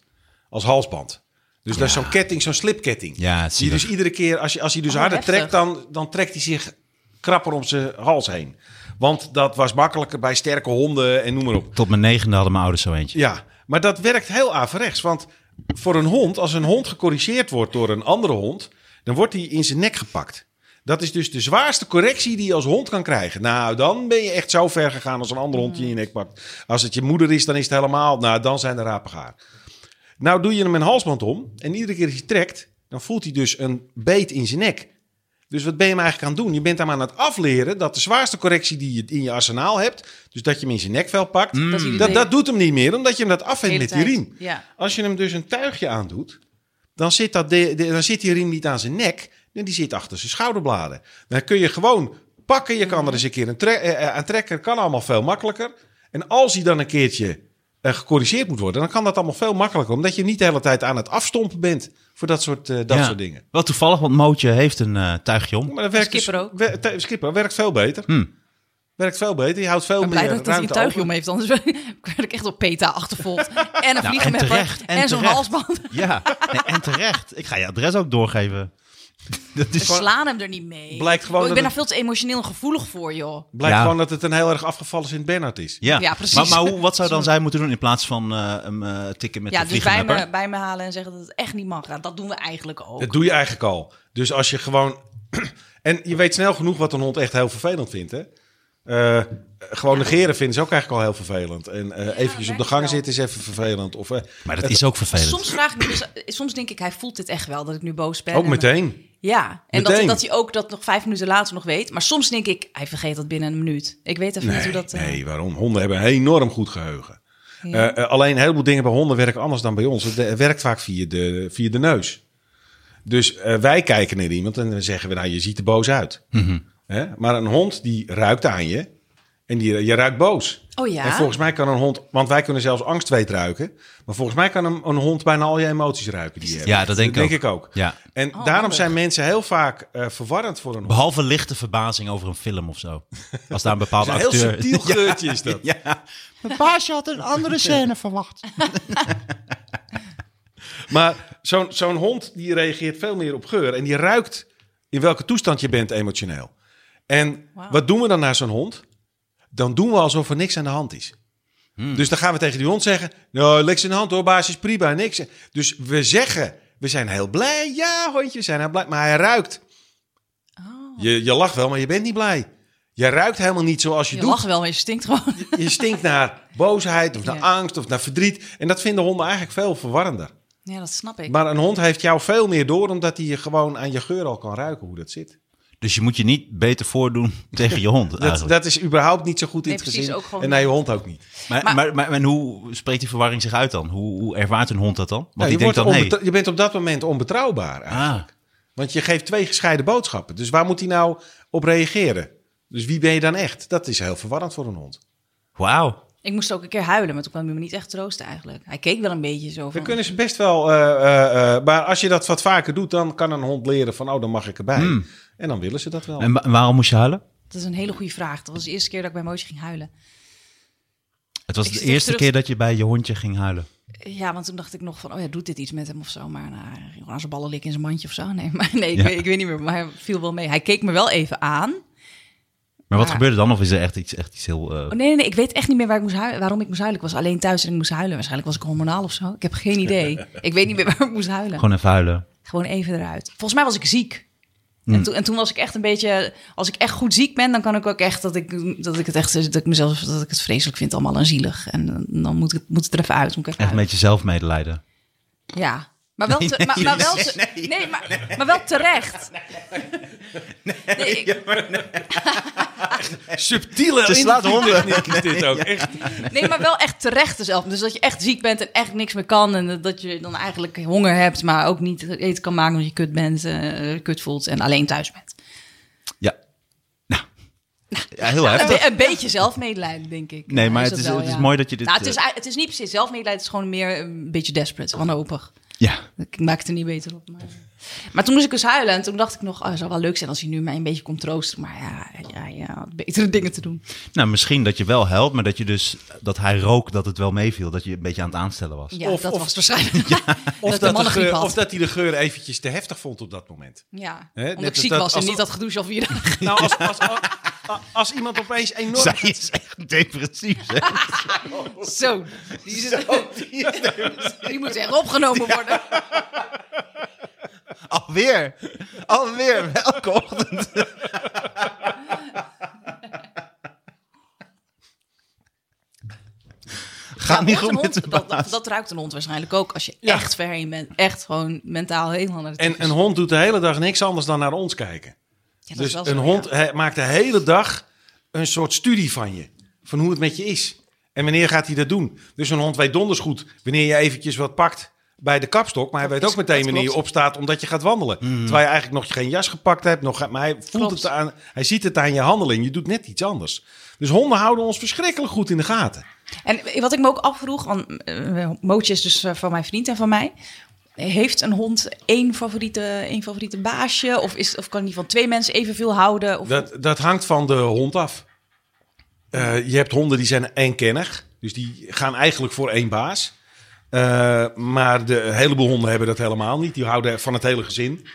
Als halsband. Dus dat is zo'n ketting, zo'n slipketting. Ja, die zielig. dus iedere keer, als je, als hij dus Oh, harder heftig. trekt, dan, dan trekt hij zich krapper om zijn hals heen. Want dat was makkelijker bij sterke honden en noem maar op. Tot mijn negende hadden mijn ouders zo eentje. Ja, maar dat werkt heel averechts. Want voor een hond, als een hond gecorrigeerd wordt door een andere hond, dan wordt hij in zijn nek gepakt. Dat is dus de zwaarste correctie die je als hond kan krijgen. Nou, dan ben je echt zo ver gegaan als een ander hond je in je nek pakt. Als het je moeder is, dan is het helemaal... Nou, dan zijn de rapen gaar. Nou doe je hem een halsband om en iedere keer als je trekt, dan voelt hij dus een beet in zijn nek. Dus wat ben je hem eigenlijk aan het doen? Je bent hem aan het afleren dat de zwaarste correctie die je in je arsenaal hebt, dus dat je hem in zijn nekvel pakt, Dat is dat, iedereen. dat doet hem niet meer, omdat je hem dat De afvindt hele met die tijd. riem. Ja. Als je hem dus een tuigje aandoet, dan zit, dat de, de- dan zit die riem niet aan zijn nek, maar die zit achter zijn schouderbladen. Dan kun je gewoon pakken, je kan er eens een keer een tre- eh, eh, aan trekken, kan allemaal veel makkelijker. En als hij dan een keertje eh, gecorrigeerd moet worden, dan kan dat allemaal veel makkelijker, omdat je niet de hele tijd aan het afstompen bent voor dat soort, eh, dat Ja. soort dingen. Wel toevallig, want Mootje heeft een eh, tuigje (laughs) om. Maar dat werkt Skipper dus- ook. wer- tu- skipper werkt veel beter. Hmm. Werkt veel beter. Je houdt veel Ik ben blij meer dat hij een ruimte tuigje over. Nou, om heeft, anders (laughs) werd ik echt op PETA (laughs) achtervolgd. En een en vliegenmepper terecht, en, en zo'n terecht. halsband. Ja, nee, en terecht. Ik ga je adres ook doorgeven. Dat We is slaan hem er niet mee. Blijkt gewoon Oh, ik dat ben daar veel te emotioneel en gevoelig voor, joh. Blijkt Ja. gewoon dat het een heel erg afgevallen Sint-Bernard is. Ja, Ja, precies. Maar, maar hoe, wat zou dan zij moeten doen in plaats van eh, hem eh, tikken met ja, de dus bij vliegenmapper? me, bij me halen en zeggen dat het echt niet mag. Nou, dat doen we eigenlijk ook. Dat doe je eigenlijk al. Dus als je gewoon. (clears throat) en je weet snel genoeg wat een hond echt heel vervelend vindt. Hè? Eh, gewoon negeren vinden ze ook eigenlijk al heel vervelend. En eh, eventjes op de merk gang ik wel. zitten is even vervelend. Of, eh, Maar dat is ook vervelend. Soms, vraag ik me dus- soms denk ik, hij voelt dit echt wel, dat ik nu boos ben. ook En- meteen. Ja, en dat, Meteen. dat hij ook dat nog vijf minuten later nog weet. Maar soms denk ik, hij vergeet dat binnen een minuut. Ik weet even niet hoe dat... eh, Nee, waarom? Honden hebben een enorm goed geheugen. ja. Eh, eh, alleen een heleboel dingen bij honden werken anders dan bij ons. Het eh, werkt vaak via de, via de neus. Dus eh, wij kijken naar iemand en dan zeggen we, nou, je ziet er boos uit. Mhm. Hè? Maar een hond die ruikt aan je en die, je ruikt boos. Oh ja? En volgens mij kan een hond, want wij kunnen zelfs angstweet ruiken. Maar volgens mij kan een, een hond bijna al je emoties ruiken. Die je hebt. Ja, dat denk ik ik ook. Ja. En Oh, daarom handig. zijn mensen heel vaak eh, verwarrend voor een hond. Behalve lichte verbazing over een film of zo. Als (laughs) daar een Het bepaalde is een heel acteur... subtiel (laughs) geurtje is dat. Ja. Mijn paasje had een (laughs) andere scène verwacht. Maar zo'n zo'n hond die reageert veel meer op geur. En die ruikt in welke toestand je bent emotioneel. En Wauw. wat doen we dan naar zo'n hond? Dan doen we alsof er niks aan de hand is. Dus dan gaan we tegen die hond zeggen... Nou, niks aan de hand hoor, baas is prima, niks. Dus we zeggen, we zijn heel blij. Ja, hondje, we zijn heel blij. Maar hij ruikt. Oh. Je, je lacht wel, maar je bent niet blij. Je ruikt helemaal niet zoals je, je doet. lacht wel, maar je stinkt gewoon. (laughs) Je stinkt naar boosheid of naar Ja. angst of naar verdriet. En dat vinden honden eigenlijk veel verwarrender. Ja, dat snap ik. Maar een hond heeft jou veel meer door, omdat hij je gewoon aan je geur al kan ruiken hoe dat zit. Dus je moet je niet beter (laughs) voordoen tegen je hond Dat, eigenlijk. dat is überhaupt niet zo goed in Nee, het precies, gezin. ook gewoon en naar je hond ook niet. maar, maar, maar, en hoe spreekt die verwarring zich uit dan? Hoe, hoe ervaart een hond dat dan? Want Nou, die je, denkt wordt dan, hé, onbetrouw- je bent op dat moment onbetrouwbaar. eigenlijk. ah, Want je geeft twee gescheiden boodschappen. Dus waar moet hij nou op reageren? Dus wie ben je dan echt? Dat is heel verwarrend voor een hond. wauw. Ik moest ook een keer huilen, maar toen kwam hij me niet echt troosten eigenlijk. Hij keek wel een beetje zo We van... kunnen ze best wel... eh, eh, eh, maar als je dat wat vaker doet, dan kan een hond leren van... oh, dan mag ik erbij. Hmm. En dan willen ze dat wel. Oh. En wa- waarom moest je huilen? Dat is een hele goede vraag. Dat was de eerste keer dat ik bij Mootje ging huilen. Het was Ik de zit eerste terug- keer dat je bij je hondje ging huilen. Ja, want toen dacht ik nog van, oh ja, doet dit iets met hem of zo? Maar nou, hij ging aan zijn ballen likken in zijn mandje of zo. Nee, (laughs) maar, nee ik, Ja. weet, ik weet niet meer, maar hij viel wel mee. Hij keek me wel even aan. Maar wat Ja. gebeurde dan? Of is er echt iets, echt iets heel... eh, Oh, nee, nee, nee, ik weet echt niet meer waar ik moest huilen, waarom ik moest huilen. Ik was alleen thuis en ik moest huilen. Waarschijnlijk was ik hormonaal of zo. Ik heb geen idee. (laughs) ik weet niet meer waar ik moest huilen. Gewoon even huilen. Gewoon even eruit. Volgens mij was ik ziek. En, toen, en toen was ik echt een beetje... Als ik echt goed ziek ben, dan kan ik ook echt... Dat ik, dat ik het echt... Dat ik mezelf... Dat ik het vreselijk vind allemaal en zielig. En eh, dan moet, ik, moet het er even uit. Moet ik even Echt uit. met jezelf medelijden. Ja. Maar wel, te- maar, maar wel, te- nee, maar, maar wel terecht. Nee, ik- Subtiele Ze slaat honden. techniek is dit ook. Echt. Nee, maar wel echt terecht zelf. Dus dat je echt ziek bent en echt niks meer kan. En dat je dan eigenlijk honger hebt, maar ook niet eten kan maken omdat je kut bent, eh, kut voelt en alleen thuis bent. Ja. Nou. Ja, heel Een, heftig. be- een beetje zelfmedelijden, denk ik. Nee, Ja, maar het dat is- wel, het is ja. mooi dat je dit, Nou, het, is, eh, ei- het is niet precies zelfmedelijden, het is gewoon meer een beetje desperate, wanhopig. Ja. Ik maak het er niet beter op. Maar, maar toen moest ik dus huilen en toen dacht ik nog, oh, het zou wel leuk zijn als hij nu mij een beetje komt troosten. Maar ja, ja, ja, had betere dingen te doen. Nou, misschien dat je wel helpt, maar dat je dus dat hij rook dat het wel meeviel, dat je een beetje aan het aanstellen was. Ja, Of- dat of- was (laughs) waarschijnlijk. of dat, de Dat de mannengriep geur- had. of dat hij de geur eventjes te heftig vond op dat moment. Ja, Hè, omdat net ik als ziek dat- was en als- niet had gedoucht al (laughs) vier dagen. (laughs) Nou, als, als, als, als iemand opeens enorm... Zij is echt depressief. Hè? (laughs) Zo, die, is- (laughs) die moet echt opgenomen worden. Alweer. Alweer. Elke ochtend. Ga Ja, niet goed hoort een met hond- de dat, baas. dat, dat ruikt een hond waarschijnlijk ook als je Ja. echt ver in bent. Echt gewoon mentaal helemaal naar de tyfus. En een hond doet de hele dag niks anders dan naar ons kijken. Ja, dat is Dus wel een zo, ja. hond he- maakt de hele dag een soort studie van je. Van hoe het met je is. En wanneer gaat hij dat doen? Dus een hond weet donders goed wanneer je eventjes wat pakt bij de kapstok. Maar hij weet is- ook meteen dat wanneer je klopt. opstaat omdat je gaat wandelen. Terwijl je eigenlijk nog geen jas gepakt hebt. Nog, maar hij, voelt Klopt. het aan, hij ziet het aan je handeling. Je doet net iets anders. Dus honden houden ons verschrikkelijk goed in de gaten. En wat ik me ook afvroeg, want eh, Mootje is dus eh, van mijn vriend en van mij. Heeft een hond één favoriete, één favoriete baasje? Of, is, of kan die van twee mensen evenveel houden? Of, Dat, dat hangt van de hond af. Eh, je hebt honden die zijn eenkennig. Dus die gaan eigenlijk voor één baas. Eh, maar de een heleboel honden hebben dat helemaal niet. Die houden van het hele gezin.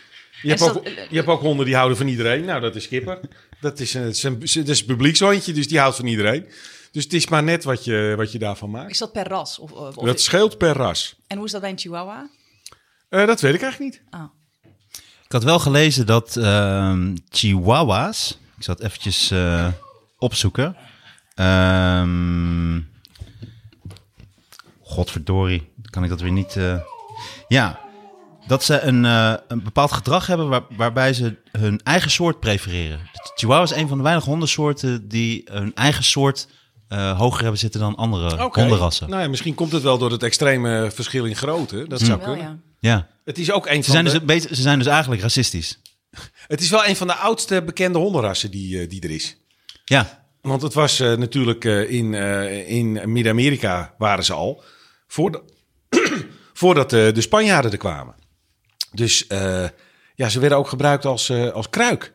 Je hebt, Is dat- ook, je hebt ook honden die houden van iedereen. Nou, dat is Kipper. Dat is een, het is een, het is een publiekshondje, dus die houdt van iedereen. Dus het is maar net wat je, wat je daarvan maakt. is dat per ras? Of, of- Dat scheelt per ras. en hoe is dat bij een chihuahua? Eh, dat weet ik eigenlijk niet. Ah. Ik had wel gelezen dat ehm, chihuahuas... Ik zal het eventjes eh, opzoeken. Ehm, godverdorie, kan ik dat weer niet... eh, ja, dat ze een, eh, een bepaald gedrag hebben waar- waarbij ze hun eigen soort prefereren. De Chihuahua is een van de weinige hondensoorten die hun eigen soort eh, hoger hebben zitten dan andere Oké. hondenrassen. Nou ja, misschien komt het wel door het extreme verschil in grootte. Dat zou Hm. Wel, kunnen. ja. Ja. Het is ook een Ze van zijn, de... dus, een beetje- ze zijn dus eigenlijk racistisch. Het is wel een van de oudste bekende hondenrassen die, eh, die er is. Ja, Want het was eh, natuurlijk eh, in, eh, in Midden-Amerika waren ze al. Voordat, (clears throat) voordat eh, de Spanjaarden er kwamen. Dus eh, ja, ze werden ook gebruikt als, eh, als kruik.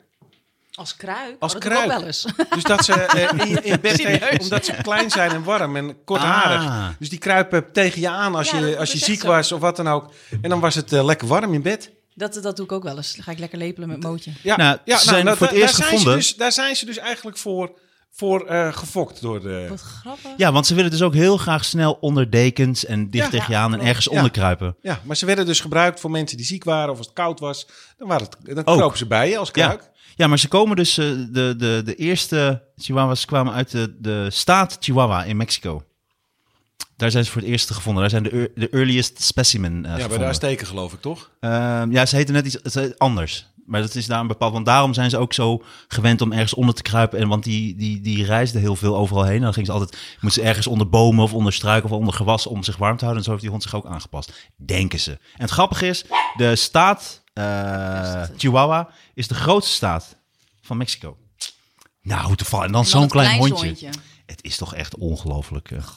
Als kruik? Als Oh, dat kruik. Doe ik ook wel eens. Dus dat ze (laughs) eh, in, in bed tegen, omdat ze klein zijn en warm en kortharig. Ah. Dus die kruipen tegen je aan als Ja, je, dat als je is ziek echt zo. was of wat dan ook. En dan was het eh, lekker warm in bed. Dat, dat doe ik ook wel eens. Dan ga ik lekker lepelen met Mootje. Ja, Nou, ze zijn voor het daar eerst zijn ze gevonden. dus- daar zijn ze dus eigenlijk voor, voor eh, gefokt door de... Wat grappig. ja, want ze willen dus ook heel graag snel onder dekens en dicht Ja. tegen je aan en ergens Ja. onderkruipen. Ja, maar ze werden dus gebruikt voor mensen die ziek waren of als het koud was. Dan, waren het, dan Ook. kropen ze bij je als Ja. kruik. ja, maar ze komen dus, eh, de, de, de eerste Chihuahuas kwamen uit de, de staat Chihuahua in Mexico. Daar zijn ze voor het eerst gevonden. Daar zijn de, ear- de earliest specimen eh, Ja, bij de gevonden. Azteken geloof ik toch? Ehm, ja, ze heten net iets ze heten anders. Maar dat is daar een bepaald. Want daarom zijn ze ook zo gewend om ergens onder te kruipen. En want die, die, die reisden heel veel overal heen. En dan gingen ze altijd. Moesten ze ergens onder bomen of onder struiken of onder gewas om zich warm te houden. En zo heeft die hond zich ook aangepast. Denken ze. En het grappige is, de staat eh, Chihuahua is de grootste staat van Mexico. Nou, hoe te vallen. En dan Dan zo'n het klein, kleinste hondje. Het is toch echt ongelooflijk. eh.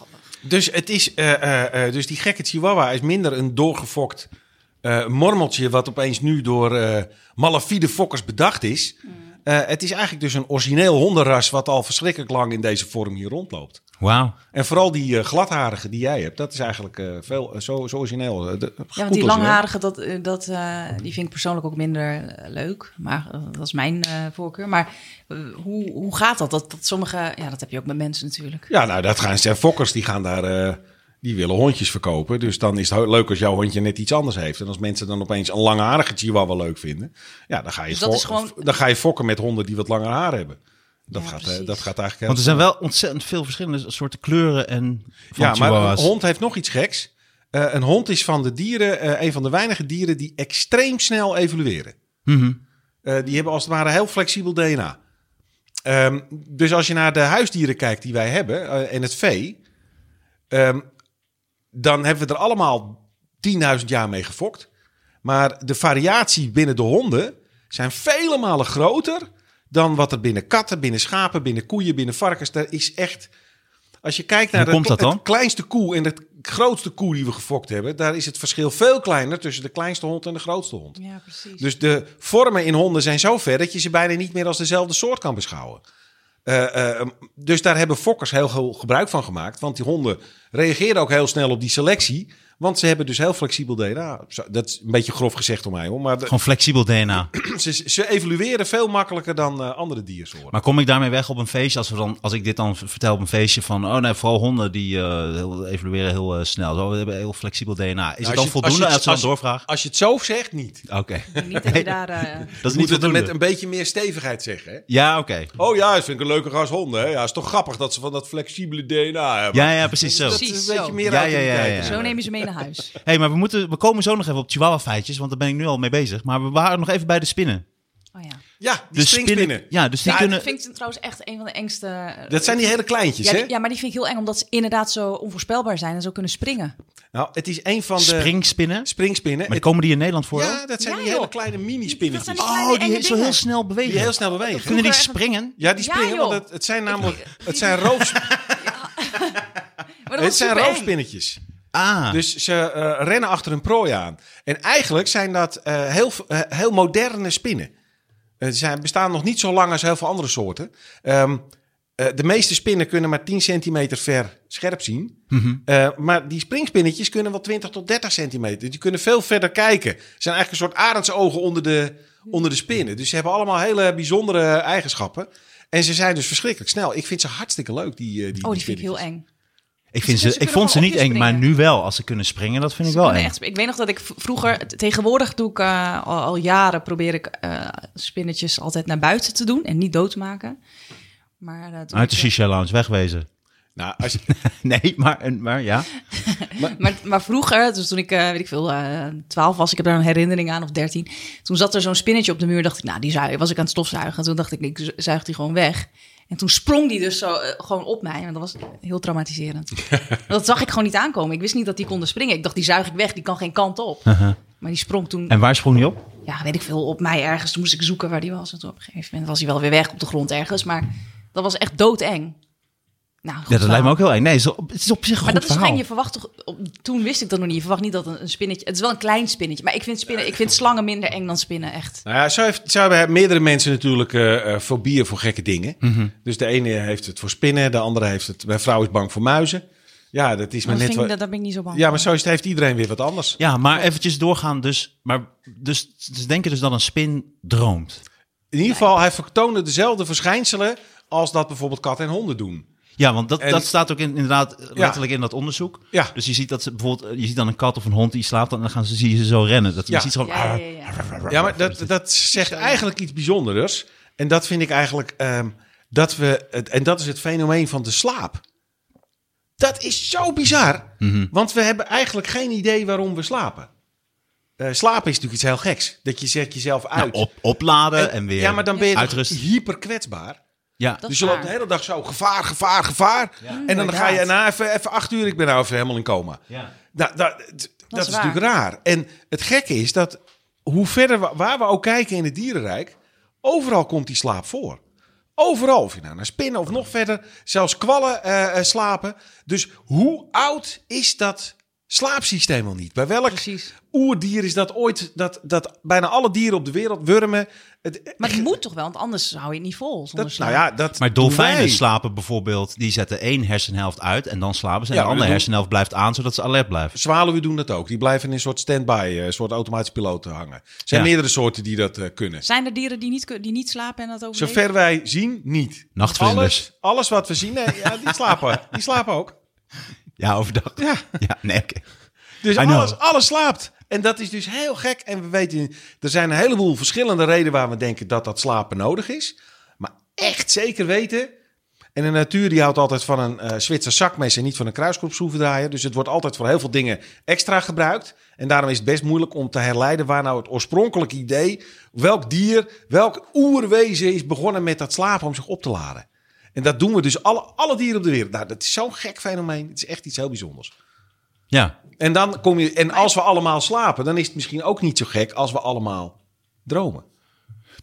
Dus, het is, eh, eh, eh, dus die gekke chihuahua is minder een doorgefokt eh, mormeltje... wat opeens nu door eh malafide fokkers bedacht is. Eh, het is eigenlijk dus een origineel hondenras... wat al verschrikkelijk lang in deze vorm hier rondloopt. Wauw. En vooral die eh, gladharige die jij hebt, dat is eigenlijk eh, veel, eh, zo, zo origineel. eh, de- goed Ja, want die origineel. langharige, dat, eh, dat, eh, die vind ik persoonlijk ook minder eh, leuk. Maar eh, dat is mijn eh, voorkeur. Maar eh, hoe, hoe gaat dat? dat? Dat sommige, ja, dat heb je ook met mensen natuurlijk. Ja, nou, dat gaan zijn fokkers, die gaan daar... eh, die willen hondjes verkopen. Dus dan is het heel leuk als jouw hondje net iets anders heeft. En als mensen dan opeens een langharige chihuahua leuk vinden... Ja, dan ga je, Dus dat fo- is gewoon- dan ga je fokken met honden die wat langer haar hebben. Dat, Ja, gaat, eh, precies. dat gaat eigenlijk... Want er zijn wel ontzettend veel verschillende soorten kleuren en. Van ja, maar een Chihuahuas. hond heeft nog iets geks. Eh, een hond is van de dieren, eh, een van de weinige dieren die extreem snel evolueren. Mhm. Eh, die hebben als het ware heel flexibel DNA. Ehm, dus als je naar de huisdieren kijkt die wij hebben eh, en het vee, ehm, dan hebben we er allemaal 10.000 jaar mee gefokt. Maar de variatie binnen de honden zijn vele malen groter dan wat er binnen katten, binnen schapen, binnen koeien, binnen varkens. Daar is echt. Als je kijkt naar Hoe komt het, dat dan? het kleinste koe en de grootste koe die we gefokt hebben, daar is het verschil veel kleiner tussen de kleinste hond en de grootste hond. Ja, precies. Dus de vormen in honden zijn zo ver dat je ze bijna niet meer als dezelfde soort kan beschouwen. Eh, eh, dus daar hebben fokkers heel veel gebruik van gemaakt. Want die honden reageren ook heel snel op die selectie. Want ze hebben dus heel flexibel DNA. Zo, Dat is een beetje grof gezegd om mij hoor. Maar de- Gewoon flexibel DNA. ze, ze evolueren veel makkelijker dan eh, andere diersoorten. Maar kom ik daarmee weg op een feestje? Als, we dan, als ik dit dan vertel op een feestje van... Oh nee, vooral honden die eh, heel, evolueren heel eh, snel. Zo, we hebben heel flexibel DNA. Is Nou, het dan je- voldoende als, je- ze dan als je- doorvraagt? Als je het zo zegt, niet. Oké. (laughs) Niet dat je daar... eh, Dat is Je niet moet het er voldoende. met een beetje meer stevigheid zeggen. Hè? Ja, oké. Oh ja, dat vind ik een leuke gast honden. Hè? Ja, is toch grappig dat ze van dat flexibele DNA hebben. Ja, ja, precies zo. dat is Precies een beetje zo. meer Ja, ja, ja, autoriteit. ja. Zo neem je ze mee naar huis. hey, maar we, moeten, we komen zo nog even op chihuahua feitjes, want daar ben ik nu al mee bezig. Maar we waren nog even bij de spinnen. Oh ja. Ja, die De springspinnen. spinnen. Ja, dus die Ja, kunnen... Dat vind ik trouwens echt een van de engste... eh, Dat zijn die hele kleintjes, ja, hè? die- ja, maar die vind ik heel eng, omdat ze inderdaad zo onvoorspelbaar zijn en zo kunnen springen. Nou, het is een van de Springspinnen. springspinnen. Maar Het- komen die in Nederland voor? ja, dat zijn Ja, die hele joh. kleine Dat zijn mini-spinnetjes. die kleine Oh, enge die zo dingen. heel snel bewegen. Die heel snel bewegen. Kunnen die vroeger echt- springen? Ja, die Ja, springen, joh. want het, het zijn (laughs) namelijk... Het zijn, roof, Maar dat het is zijn supereng. roofspinnetjes. Ah, Dus ze eh, rennen achter een prooi aan. En eigenlijk zijn dat eh, heel, eh, heel moderne spinnen. Eh, Ze zijn- bestaan nog niet zo lang als heel veel andere soorten. Ehm, eh, de meeste spinnen kunnen maar 10 centimeter ver scherp zien. Eh, maar die springspinnetjes kunnen wel 20 tot 30 centimeter. Dus Die kunnen veel verder kijken. Ze zijn eigenlijk een soort arendsogen onder de, onder de spinnen. Dus ze hebben allemaal hele bijzondere eigenschappen. En ze zijn dus verschrikkelijk snel. Ik vind ze hartstikke leuk, die, eh, die Oh, die die vind ik heel spinnetjes. eng. ik, vind ze ze, ik kunnen vond ze gewoon niet op je eng, maar springen. nu wel. Als ze kunnen springen, dat vind ik wel Nee, eng. echt, ik weet nog dat ik v- vroeger, t- tegenwoordig doe ik eh, al, al jaren, probeer ik eh, spinnetjes altijd naar buiten te doen en niet dood te maken. Maar, eh, toen Uit de ik- shisha lounge, (laughs) wegwezen. Nou, als je, Nee, maar, en- maar ja. maar, maar vroeger, dus toen ik, eh, weet ik veel, eh 12 was, ik heb daar een herinnering aan, of 13. Toen zat er zo'n spinnetje op de muur. Dacht ik, nou, die zui- was ik aan het stofzuigen. En toen dacht ik, ik zu- zuig die gewoon weg. En toen sprong die dus zo eh, gewoon op mij. En dat was heel (laughs) traumatiserend. Want dat zag ik gewoon niet aankomen. Ik wist niet dat die konden springen. Ik dacht, die zuig ik weg, die kan geen kant op. Uh-huh. Maar die sprong toen, En waar sprong die op? ja, weet ik veel, op mij ergens. Toen moest ik zoeken waar die was. En toen op een gegeven moment was hij wel weer weg op de grond ergens. Maar dat was echt doodeng. Nou, goed Ja, dat verhaal. lijkt me ook heel eng. Nee, het is op, het is op zich een Maar goed dat is toch verhaal. eng, je verwacht toch... op- toen wist ik dat nog niet. Je verwacht niet dat een, een spinnetje... Het is wel een klein spinnetje. Maar ik vind, spinnen, ik vind slangen minder eng dan spinnen, echt. Nou ja, zo, heeft, zo hebben meerdere mensen natuurlijk eh eh, fobieën voor gekke dingen. Dus de ene heeft het voor spinnen, de andere heeft het... Mijn vrouw is bang voor muizen. Ja, dat is maar Maar dat, net vind ik, wat... Oh, dat, daar ben ik niet zo bang Ja, maar voor. zo is het, heeft iedereen weer wat anders. Ja, maar eventjes doorgaan. Dus, maar, dus ze denken dus dat een spin droomt. In ieder geval, hij vertoonde dezelfde verschijnselen als dat bijvoorbeeld katten en honden doen. Ja, want dat, En- dat staat ook in, inderdaad letterlijk in dat onderzoek. Ja. Dus je ziet dat ze bijvoorbeeld, eh, je ziet dan een kat of een hond die slaapt dan, en dan gaan ze, zie je ze zo rennen. Dat, Ja. Je ziet ze gewoon, Ja, ja, ja, ja. Ja, maar dat, dat zegt eigenlijk iets bijzonders. En dat vind ik eigenlijk... ehm, dat we, het- en dat is het fenomeen van de slaap. Dat is zo bizar. Mhm. Want we hebben eigenlijk geen idee waarom we slapen. Eh, slapen is natuurlijk iets heel geks. Dat je zet jezelf nou, uit. op, opladen en, weer Ja, maar dan ben je uitrust. toch hyper kwetsbaar. Ja. Dat dus is je loopt de waar. hele dag zo gevaar, gevaar, gevaar. en dan ga je inderdaad. na even, even acht uur, ik ben nou even helemaal in coma. Nou, dat, dat, dat is, waar. natuurlijk raar. En het gekke is dat hoe verder we, waar we ook kijken in het dierenrijk, overal komt die slaap voor. Overal, of je nou naar spinnen of nog verder, zelfs kwallen eh, eh, slapen. Dus hoe oud is dat slaapsysteem al niet? Bij welk Precies. oerdier is dat ooit? Dat, dat bijna alle dieren op de wereld, wurmen. Het, eh, Maar die moet toch wel, want anders hou je het niet vol zonder dat, nou slangen. ja, dat Maar doen dolfijnen wij. slapen bijvoorbeeld, die zetten één hersenhelft uit en dan slapen ze. En de Ja, maar andere dat hersenhelft blijft aan, zodat ze alert blijven. Zwaluwen doen dat ook. Die blijven in een soort stand-by, eh, een soort automatische piloot hangen. Er zijn Ja. meerdere soorten die dat eh, kunnen. Zijn er dieren die niet, kun- die niet slapen en dat overleven? Zover wij zien, niet. Nachtvlinders. Alles, alles wat we zien, nee, ja, die, slapen, die slapen ook. Ja, overdag. Ja. Ja, nee, oké. Dus I know. alles, alles slaapt. En dat is dus heel gek. En we weten, er zijn een heleboel verschillende redenen waar we denken dat dat slapen nodig is. Maar echt zeker weten. En de natuur die houdt altijd van een eh Zwitser zakmes en niet van een kruiskopschroevendraaier. Dus het wordt altijd voor heel veel dingen extra gebruikt. En daarom is het best moeilijk om te herleiden waar nou het oorspronkelijke idee, welk dier, welk oerwezen is begonnen met dat slapen om zich op te laden. En dat doen we dus alle, alle dieren op de wereld. Nou, dat is zo'n gek fenomeen. Het is echt iets heel bijzonders. Ja. En dan kom je. En als we allemaal slapen, dan is het misschien ook niet zo gek als we allemaal dromen.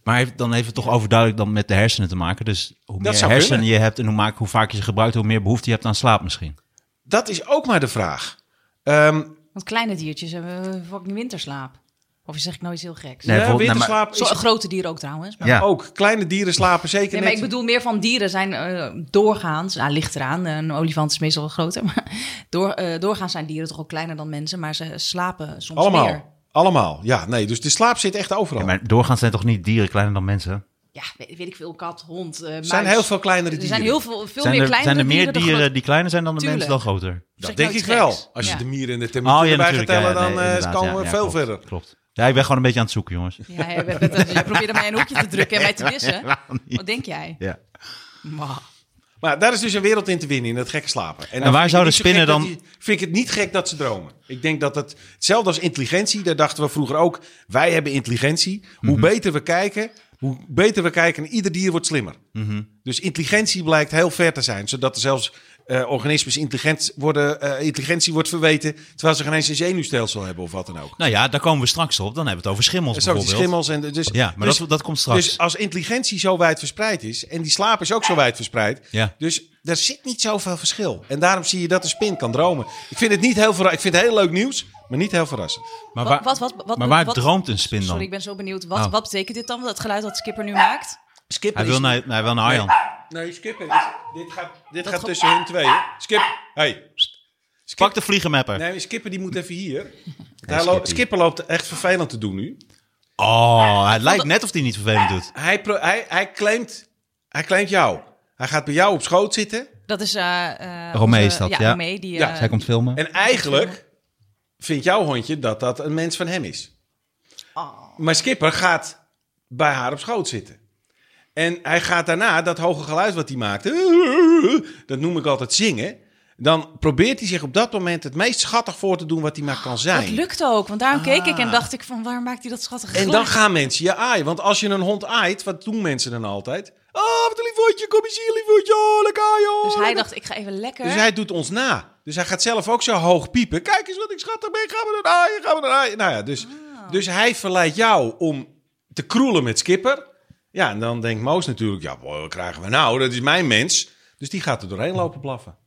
Maar heeft- dan heeft het toch overduidelijk dan met de hersenen te maken. Dus hoe meer zou hersenen kunnen. je hebt en hoe, maak, hoe vaak je ze gebruikt, hoe meer behoefte je hebt aan slaap misschien. Dat is ook maar de vraag. Ehm, Want kleine diertjes hebben fucking winterslaap. Of zeg ik nou iets heel geks? Nee, ja, vol- nee, maar- winterslaap Zo, is grote dieren ook trouwens. Maar... Ja. ook. Kleine dieren slapen zeker Nee, maar net. ik bedoel meer van dieren zijn eh, doorgaans, nou, ligt eraan, een olifant is meestal wat groter, (laughs) maar door, eh, doorgaans zijn dieren toch ook kleiner dan mensen, maar ze slapen soms allemaal. dus meer. Allemaal. Ja, nee. Dus de slaap zit echt overal. Ja, maar doorgaans zijn toch niet dieren kleiner dan mensen? Ja, weet, weet ik veel, kat, hond, eh er muis. zijn heel veel kleinere Er dieren. zijn heel veel, veel zijn, meer er, kleinere zijn er meer dieren dan dieren grote- die kleiner zijn dan de Tuurlijk. mensen, dan groter? Dat Zeg denk nou ik iets wel. geks. Als je Ja. de mieren en de temperatuur erbij gaat Oh, natuurlijk. Ja, tellen, dan nee, eh, inderdaad, komen ja, we ja, veel klopt, verder. Klopt. Ja, ik ben gewoon een beetje aan het zoeken, jongens. Ja, jij, bent- bent- jij probeerde mij in een hoekje te drukken en mij te (laughs) wissen. Helemaal niet. Wat denk jij? Ja. Mwah. Maar daar is dus een wereld in te winnen, in het gekke slapen. dan En waar vind ik zouden het niet zo spinnen gek dan- dat die- vind ik het niet gek dat ze dromen. Ik denk dat het... Hetzelfde als intelligentie, daar dachten we vroeger ook... Wij hebben intelligentie. Hoe Mhm. beter we kijken, hoe beter we kijken... ieder dier wordt slimmer. Mhm. Dus intelligentie blijkt heel ver te zijn. Zodat er zelfs eh, organismes intelligent worden, eh, intelligentie wordt verweten... terwijl ze geen eens een zenuwstelsel hebben of wat dan ook. Nou ja, daar komen we straks op. Dan hebben we het over schimmels Zo, die bijvoorbeeld. schimmels en... Dus, Ja, maar dus- dat, dat komt straks. dus als intelligentie zo wijd verspreid is en die slaap is ook zo wijd verspreid, Ja. dus daar zit niet zoveel verschil. En daarom zie je dat de spin kan dromen. Ik vind het niet heel verra- Ik vind het heel leuk nieuws, maar niet heel verrassend. maar Wat- waar, wat- wat- wat- maar waar wat- droomt een spin dan? Sorry, ik ben zo benieuwd. Wat, Oh. wat betekent dit dan, dat geluid dat Skipper nu maakt? Skipper Hij wil is- naar, hij wil naar Arjan. Nee, Skipper is- Dit gaat, dit gaat ge- tussen hun tweeën. Skip, hey. Skip, Pak de vliegenmapper. Nee, Skipper die moet even hier. Hij lo- Skipper loopt echt vervelend te doen nu. Oh, het lijkt net of hij niet vervelend doet. Hij, pro- hij, hij, claimt, hij claimt jou. Hij gaat bij jou op schoot zitten. Dat is... eh eh, Romee onze- is dat, ja. ja. Romee, die, Ja, eh, Zij komt filmen. En eigenlijk vindt jouw hondje dat dat een mens van hem is. Oh. Maar Skipper gaat bij haar op schoot zitten. En hij gaat daarna dat hoge geluid wat hij maakte, dat noem ik altijd zingen. Dan probeert hij zich op dat moment het meest schattig voor te doen wat hij maar kan dat zijn. lukt ook, want daarom keek ik en dacht ik van, waar maakt hij dat schattige Ah. En geluid? dan gaan mensen je aaien. Want als je een hond aait, wat doen mensen dan altijd? Oh, wat een lief hondje, kom eens hier, lief hondje, oh, lekker aaien. oh, Dus hij lekker dacht, ik ga even lekker. Dus hij doet ons na. Dus hij gaat zelf ook zo hoog piepen. Kijk eens wat ik schattig ben. Gaan we naar aaien, gaan we naar aaien. Nou ja, dus, Ah. dus hij verleidt jou om te kroelen met Skipper. Ja, en dan denkt Moos natuurlijk... Ja, wat krijgen we nou? Dat is mijn mens. Dus die gaat er doorheen lopen blaffen.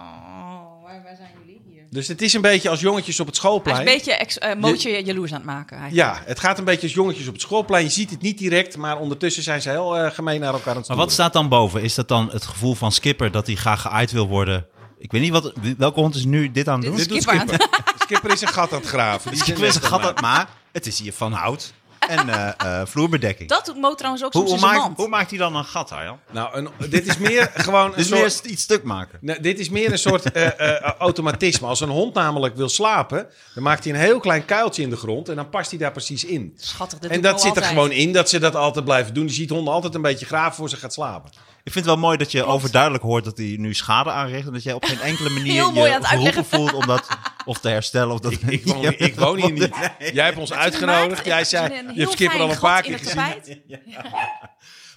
Oh, waar, waar zijn jullie hier? Dus het is een beetje als jongetjes op het Hij is schoolplein. een beetje ex, eh, mootje jaloers aan het maken eigenlijk. Ja, het gaat een beetje als jongetjes op het schoolplein. Je ziet het niet direct, maar ondertussen zijn ze heel eh, gemeen naar elkaar aan het Maar wat stoeren. staat dan boven? Is dat dan het gevoel van Skipper dat hij graag geaaid wil worden? Ik weet niet, wat, welke hond is nu dit aan het Dit doen? is Dit doet Skipper aan het- Skipper is een gat aan het graven. Die Skipper is een gat, uit, maar het is hier van hout en eh, eh, vloerbedekking. (laughs) Dat doet Mo trouwens ook hoe, hoe, soms in zijn maakt, mand. hoe maakt hij dan een gat, Arjan? Nou, een- dit is meer (laughs) gewoon... een Dus soort- weer iets stuk maken. Nou, dit is meer een soort eh, eh, automatisme. Als een hond namelijk wil slapen, dan maakt hij een heel klein kuiltje in de grond en dan past hij daar precies in. Schattig, dat en doet dat Mo zit er altijd. gewoon in dat ze dat altijd blijven doen. Je ziet honden altijd een beetje graven voor ze gaat slapen. Ik vind het wel mooi dat je overduidelijk hoort dat hij nu schade aanricht. En dat jij op geen enkele manier (laughs) Heel je mooi aan het geroepen uitleggen. voelt om (laughs) dat of te herstellen. Of dat, (laughs) Ik woon, ik woon hier niet. Jij hebt ons uitgenodigd. maakt Jij een- zei, een je hebt heel Skipper al fijn een paar gat in keer het gezien. (laughs) tapijt.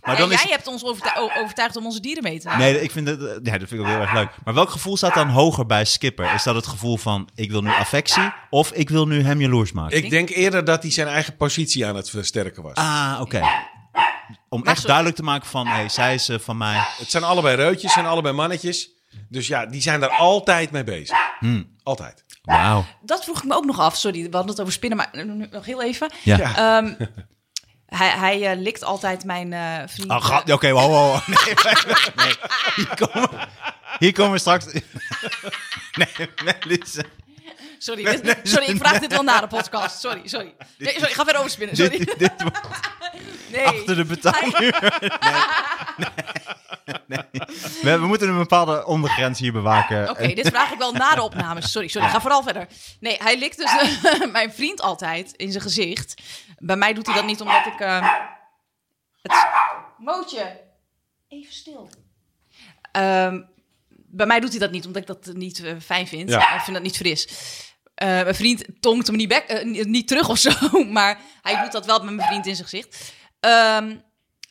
Maar en dan jij is, hebt ons overtu- o- overtuigd om onze dieren mee te nemen. Nee, ik vind het, eh, ja, dat vind ik ook heel erg leuk. Maar welk gevoel staat dan hoger bij Skipper? Is dat het gevoel van ik wil nu affectie of ik wil nu hem jaloers maken? Ik denk eerder dat hij zijn eigen positie aan het versterken was. Ah, oké. Om Maar echt zo- duidelijk te maken van, hey, zij is eh, van mij. Het zijn allebei reutjes, het zijn allebei mannetjes. Dus ja, die zijn daar altijd mee bezig. Altijd. Wauw. Dat vroeg ik me ook nog af. Sorry, we hadden het over spinnen, maar eh, nu- nog heel even. Ja. Ja. Ehm, hij hij eh, likt altijd mijn eh, vriend. Oh, gat. Oké, wow, wow, wow. (laughs) Nee, maar- nee. Hier, komen, hier komen we straks... (laughs) Nee, Melissa. Sorry, dit- sorry, ik vraag dit wel na de podcast. Sorry, (laughs) sorry. Nee, sorry, ik ga verder over spinnen. Sorry. Dit, dit wordt (laughs) Nee. achter de betaalmuur. Nee. (laughs) Nee. Nee. We, we moeten een bepaalde ondergrens hier bewaken. Oké, dit vraag ik wel na de opnames. Sorry, sorry. Ga vooral verder. Nee, hij likt dus (laughs) eh, mijn vriend altijd in zijn gezicht. Bij mij doet hij dat niet omdat ik... eh, het... Mootje, even stil. Ehm, bij mij doet hij dat niet, omdat ik dat niet eh, fijn vind. Ja. Ik vind dat niet fris. Eh, mijn vriend tongt hem niet, back, eh, niet- niet terug of zo, (laughs) maar hij doet dat wel met mijn vriend in zijn gezicht. Ehm,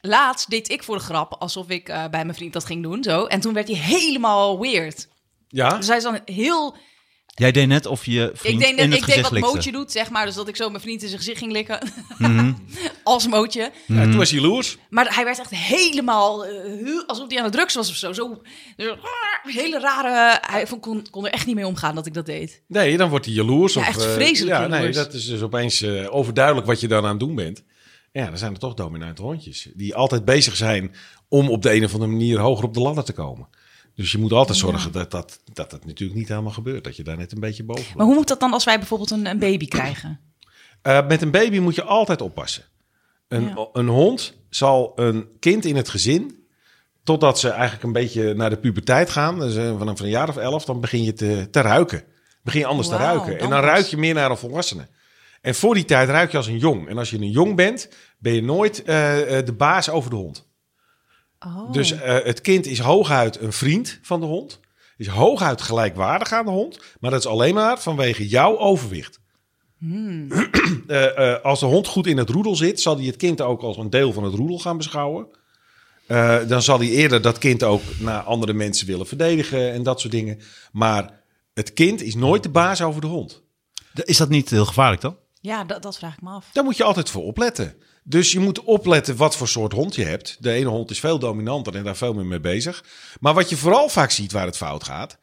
laatst deed ik voor de grap alsof ik eh, bij mijn vriend dat ging doen. Zo. En toen werd hij helemaal weird. Ja? Dus hij is dan heel Jij deed net of je vriend ik denk in het dat ik deed gezicht wat likte. Mootje doet, zeg maar. Dus dat ik zo mijn vriend in zijn gezicht ging likken. Mhm. (laughs) Als Mootje. Ja, Toen was hij loers. Maar hij werd echt helemaal... eh, hu- alsof hij aan de drugs was of zo. zo dus, hele rare... Hij vond, kon, kon er echt niet mee omgaan dat ik dat deed. Nee, dan wordt hij jaloers. Ja, of, echt eh, vreselijk ja, nee, jaloers. dat is dus opeens eh, overduidelijk wat je dan aan het doen bent. Ja, dan zijn er toch dominante hondjes. Die altijd bezig zijn om op de een of andere manier hoger op de ladder te komen. Dus je moet altijd zorgen dat, dat, dat dat natuurlijk niet helemaal gebeurt. Dat je daar net een beetje boven blijft. Maar hoe moet dat dan als wij bijvoorbeeld een, een baby krijgen? Eh, met een baby moet je altijd oppassen. Een, Ja. een hond zal een kind in het gezin, totdat ze eigenlijk een beetje naar de puberteit gaan, dus eh, vanaf een jaar of elf, dan begin je te, te ruiken. Begin je anders te Wauw, ruiken. En dan dan pas. ruik je meer naar een volwassene. En voor die tijd ruik je als een jong. En als je een jong bent, ben je nooit eh, eh, de baas over de hond. Oh. Dus eh, het kind is hooguit een vriend van de hond. Is hooguit gelijkwaardig aan de hond. Maar dat is alleen maar vanwege jouw overwicht. Eh, eh, als de hond goed in het roedel zit, zal hij het kind ook als een deel van het roedel gaan beschouwen. Eh, dan zal hij eerder dat kind ook naar andere mensen willen verdedigen en dat soort dingen. Maar het kind is nooit de baas over de hond. Is dat niet heel gevaarlijk dan? ja, dat, dat vraag ik me af. Daar moet je altijd voor opletten. Dus je moet opletten wat voor soort hond je hebt. De ene hond is veel dominanter en daar veel meer mee bezig. Maar wat je vooral vaak ziet waar het fout gaat,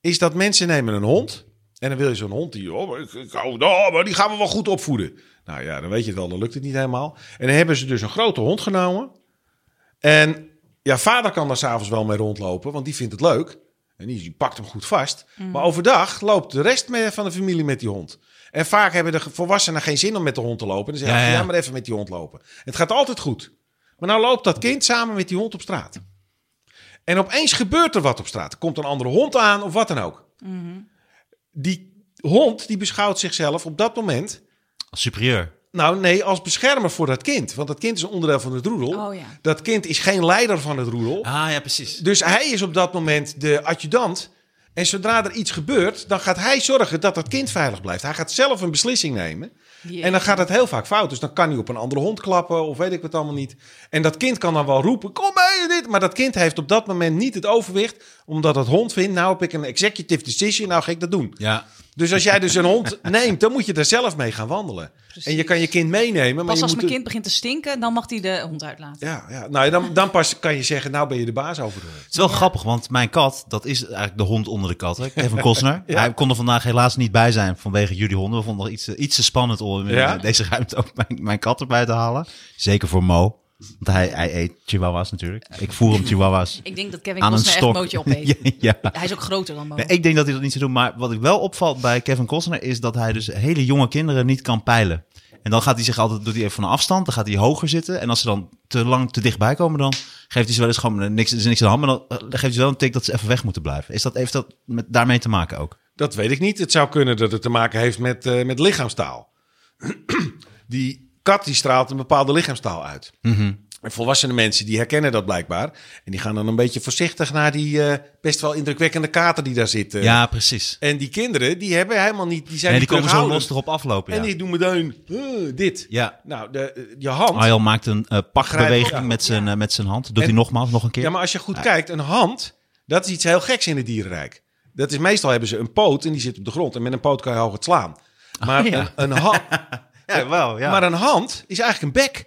is dat mensen nemen een hond. En dan wil je zo'n hond die, oh, ik, ik hou, oh, maar die gaan we wel goed opvoeden. Nou ja, dan weet je het wel, dan lukt het niet helemaal. En dan hebben ze dus een grote hond genomen. En ja, vader kan daar s'avonds wel mee rondlopen, want die vindt het leuk. En die, die pakt hem goed vast. Maar overdag loopt de rest me- van de familie met die hond. En vaak hebben de ge- volwassenen geen zin om met de hond te lopen. Dan zeggen Ja, ze, ja, ja. maar even met die hond lopen. Het gaat altijd goed. Maar nou loopt dat kind samen met die hond op straat. En opeens gebeurt er wat op straat. Er komt een andere hond aan of wat dan ook. Mhm. Die hond die beschouwt zichzelf op dat moment Als superieur. nou, nee, als beschermer voor dat kind. Want dat kind is een onderdeel van het roedel. Oh, ja. Dat kind is geen leider van het roedel. Ah ja, precies. Dus hij is op dat moment de adjudant. En zodra er iets gebeurt, dan gaat hij zorgen dat dat kind veilig blijft. Hij gaat zelf een beslissing nemen. Jeetje. En dan gaat het heel vaak fout. Dus dan kan hij op een andere hond klappen of weet ik wat allemaal niet. En dat kind kan dan wel roepen, kom mee dit. Maar dat kind heeft op dat moment niet het overwicht. Omdat het hond vindt, nou heb ik een executive decision, nou ga ik dat doen. Ja. Dus als jij dus een hond neemt, dan moet je er zelf mee gaan wandelen. En je kan je kind meenemen. Maar Pas je als moet mijn kind begint te stinken, dan mag hij de hond uitlaten. Ja, ja. Nou, ja, dan, dan pas kan je zeggen, nou ben je de baas over de hond. Het is wel grappig, want mijn kat, dat is eigenlijk de hond onder de kat. (laughs) Hè? Kevin Costner. Hij kon er vandaag helaas niet bij zijn vanwege jullie honden. We vonden het iets, te- iets te spannend om in Ja? eh, deze ruimte ook mijn, mijn kat erbij te halen. Zeker voor Mo. Want hij, hij eet chihuahuas natuurlijk. Ik voer hem chihuahuas. Ik denk dat Kevin aan een Costner echt een stok. (laughs) mootje opeet. ja, ja. Hij is ook groter dan Mo. Nee, ik denk dat hij dat niet zou doen. Maar wat ik wel opvalt bij Kevin Costner is dat hij dus hele jonge kinderen niet kan peilen. En dan gaat hij zich altijd, doet hij even van een afstand, dan gaat hij hoger zitten. En als ze dan te lang te dichtbij komen, dan geeft hij ze wel eens gewoon eh, niks, er is niks aan de hand. Maar dan eh, dan geeft hij ze wel een tik dat ze even weg moeten blijven. Is dat, heeft dat met, daarmee te maken ook? Dat weet ik niet. Het zou kunnen dat het te maken heeft met, eh, met lichaamstaal. (clears throat) die kat die straalt een bepaalde lichaamstaal uit. Mhm. En volwassene mensen die herkennen dat blijkbaar. En die gaan dan een beetje voorzichtig naar die eh, best wel indrukwekkende kater die daar zit. eh. ja, precies. En die kinderen, die hebben helemaal niet... Die zijn Nee, die komen zo terughoudend. los erop aflopen. En Ja. die doen meteen eh, dit. Ja. Nou, de, eh, je hand... Arjan maakt een eh, Grijp- pakbeweging ja. met zijn, eh, met zijn hand. Doet En- hij nogmaals, nog een keer. Ja, maar als je goed kijkt, een hand, dat is iets heel geks in het dierenrijk. Dat is meestal hebben ze een poot en die zit op de grond. En met een poot kan je hoog het slaan. Maar, Ah, ja. een, een (laughs) hand, Ja, wel, ja. Eh, maar een hand is eigenlijk een bek.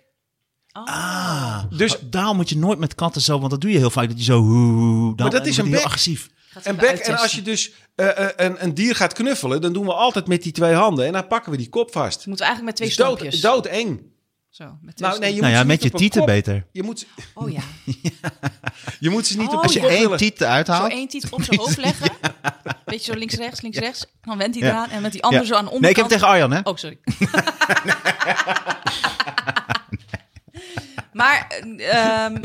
dus daarom moet je nooit met katten zo, want dat doe je heel vaak. Dat je zo... hoe, hoe, dan- Maar dat en is dan wordt hij heel een bek. agressief. Gaat Een even bek. En als uittesten. je dus eh, eh, een, een dier gaat knuffelen, dan doen we altijd met die twee handen. En dan pakken we die kop vast. Moeten we eigenlijk met twee Dus dood, stompjes. dood eng. Zo, met twee Nou, nee, je Nou moet ja, ze met niet je op een tieten kop- beter. Je moet, stompjes. Oh ja. je moet ze niet Oh, op Als een je kop één willen. tiet Zo uithaalt... één tiet op (laughs) zijn hoofd leggen. Beetje zo links, rechts, links, rechts. Dan wendt hij Ja. eraan. En met die andere Ja. zo aan de Nee, onderkant. ik heb het tegen Arjan, hè? Oh, sorry. (laughs) maar, eh, ehm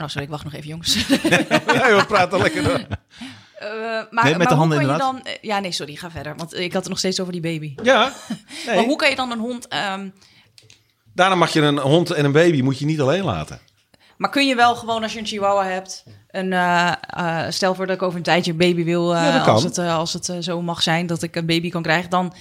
Oh, sorry, ik wacht nog even, jongens. (laughs) (laughs) Ja, we praten lekker door. Eh, Nee, met maar, maar de hoe handen kan je inderdaad. dan... eh, ja, nee, sorry, ga verder. Want ik had het nog steeds over die baby. Ja, nee. Maar hoe kan je dan een hond... ehm, daarom mag je een hond en een baby moet je niet alleen laten. Maar kun je wel gewoon als je een chihuahua hebt... Een, eh, eh, stel voor dat ik over een tijdje een baby wil... eh, Ja, dat als kan. het, eh, als het eh, zo mag zijn dat ik een baby kan krijgen... dan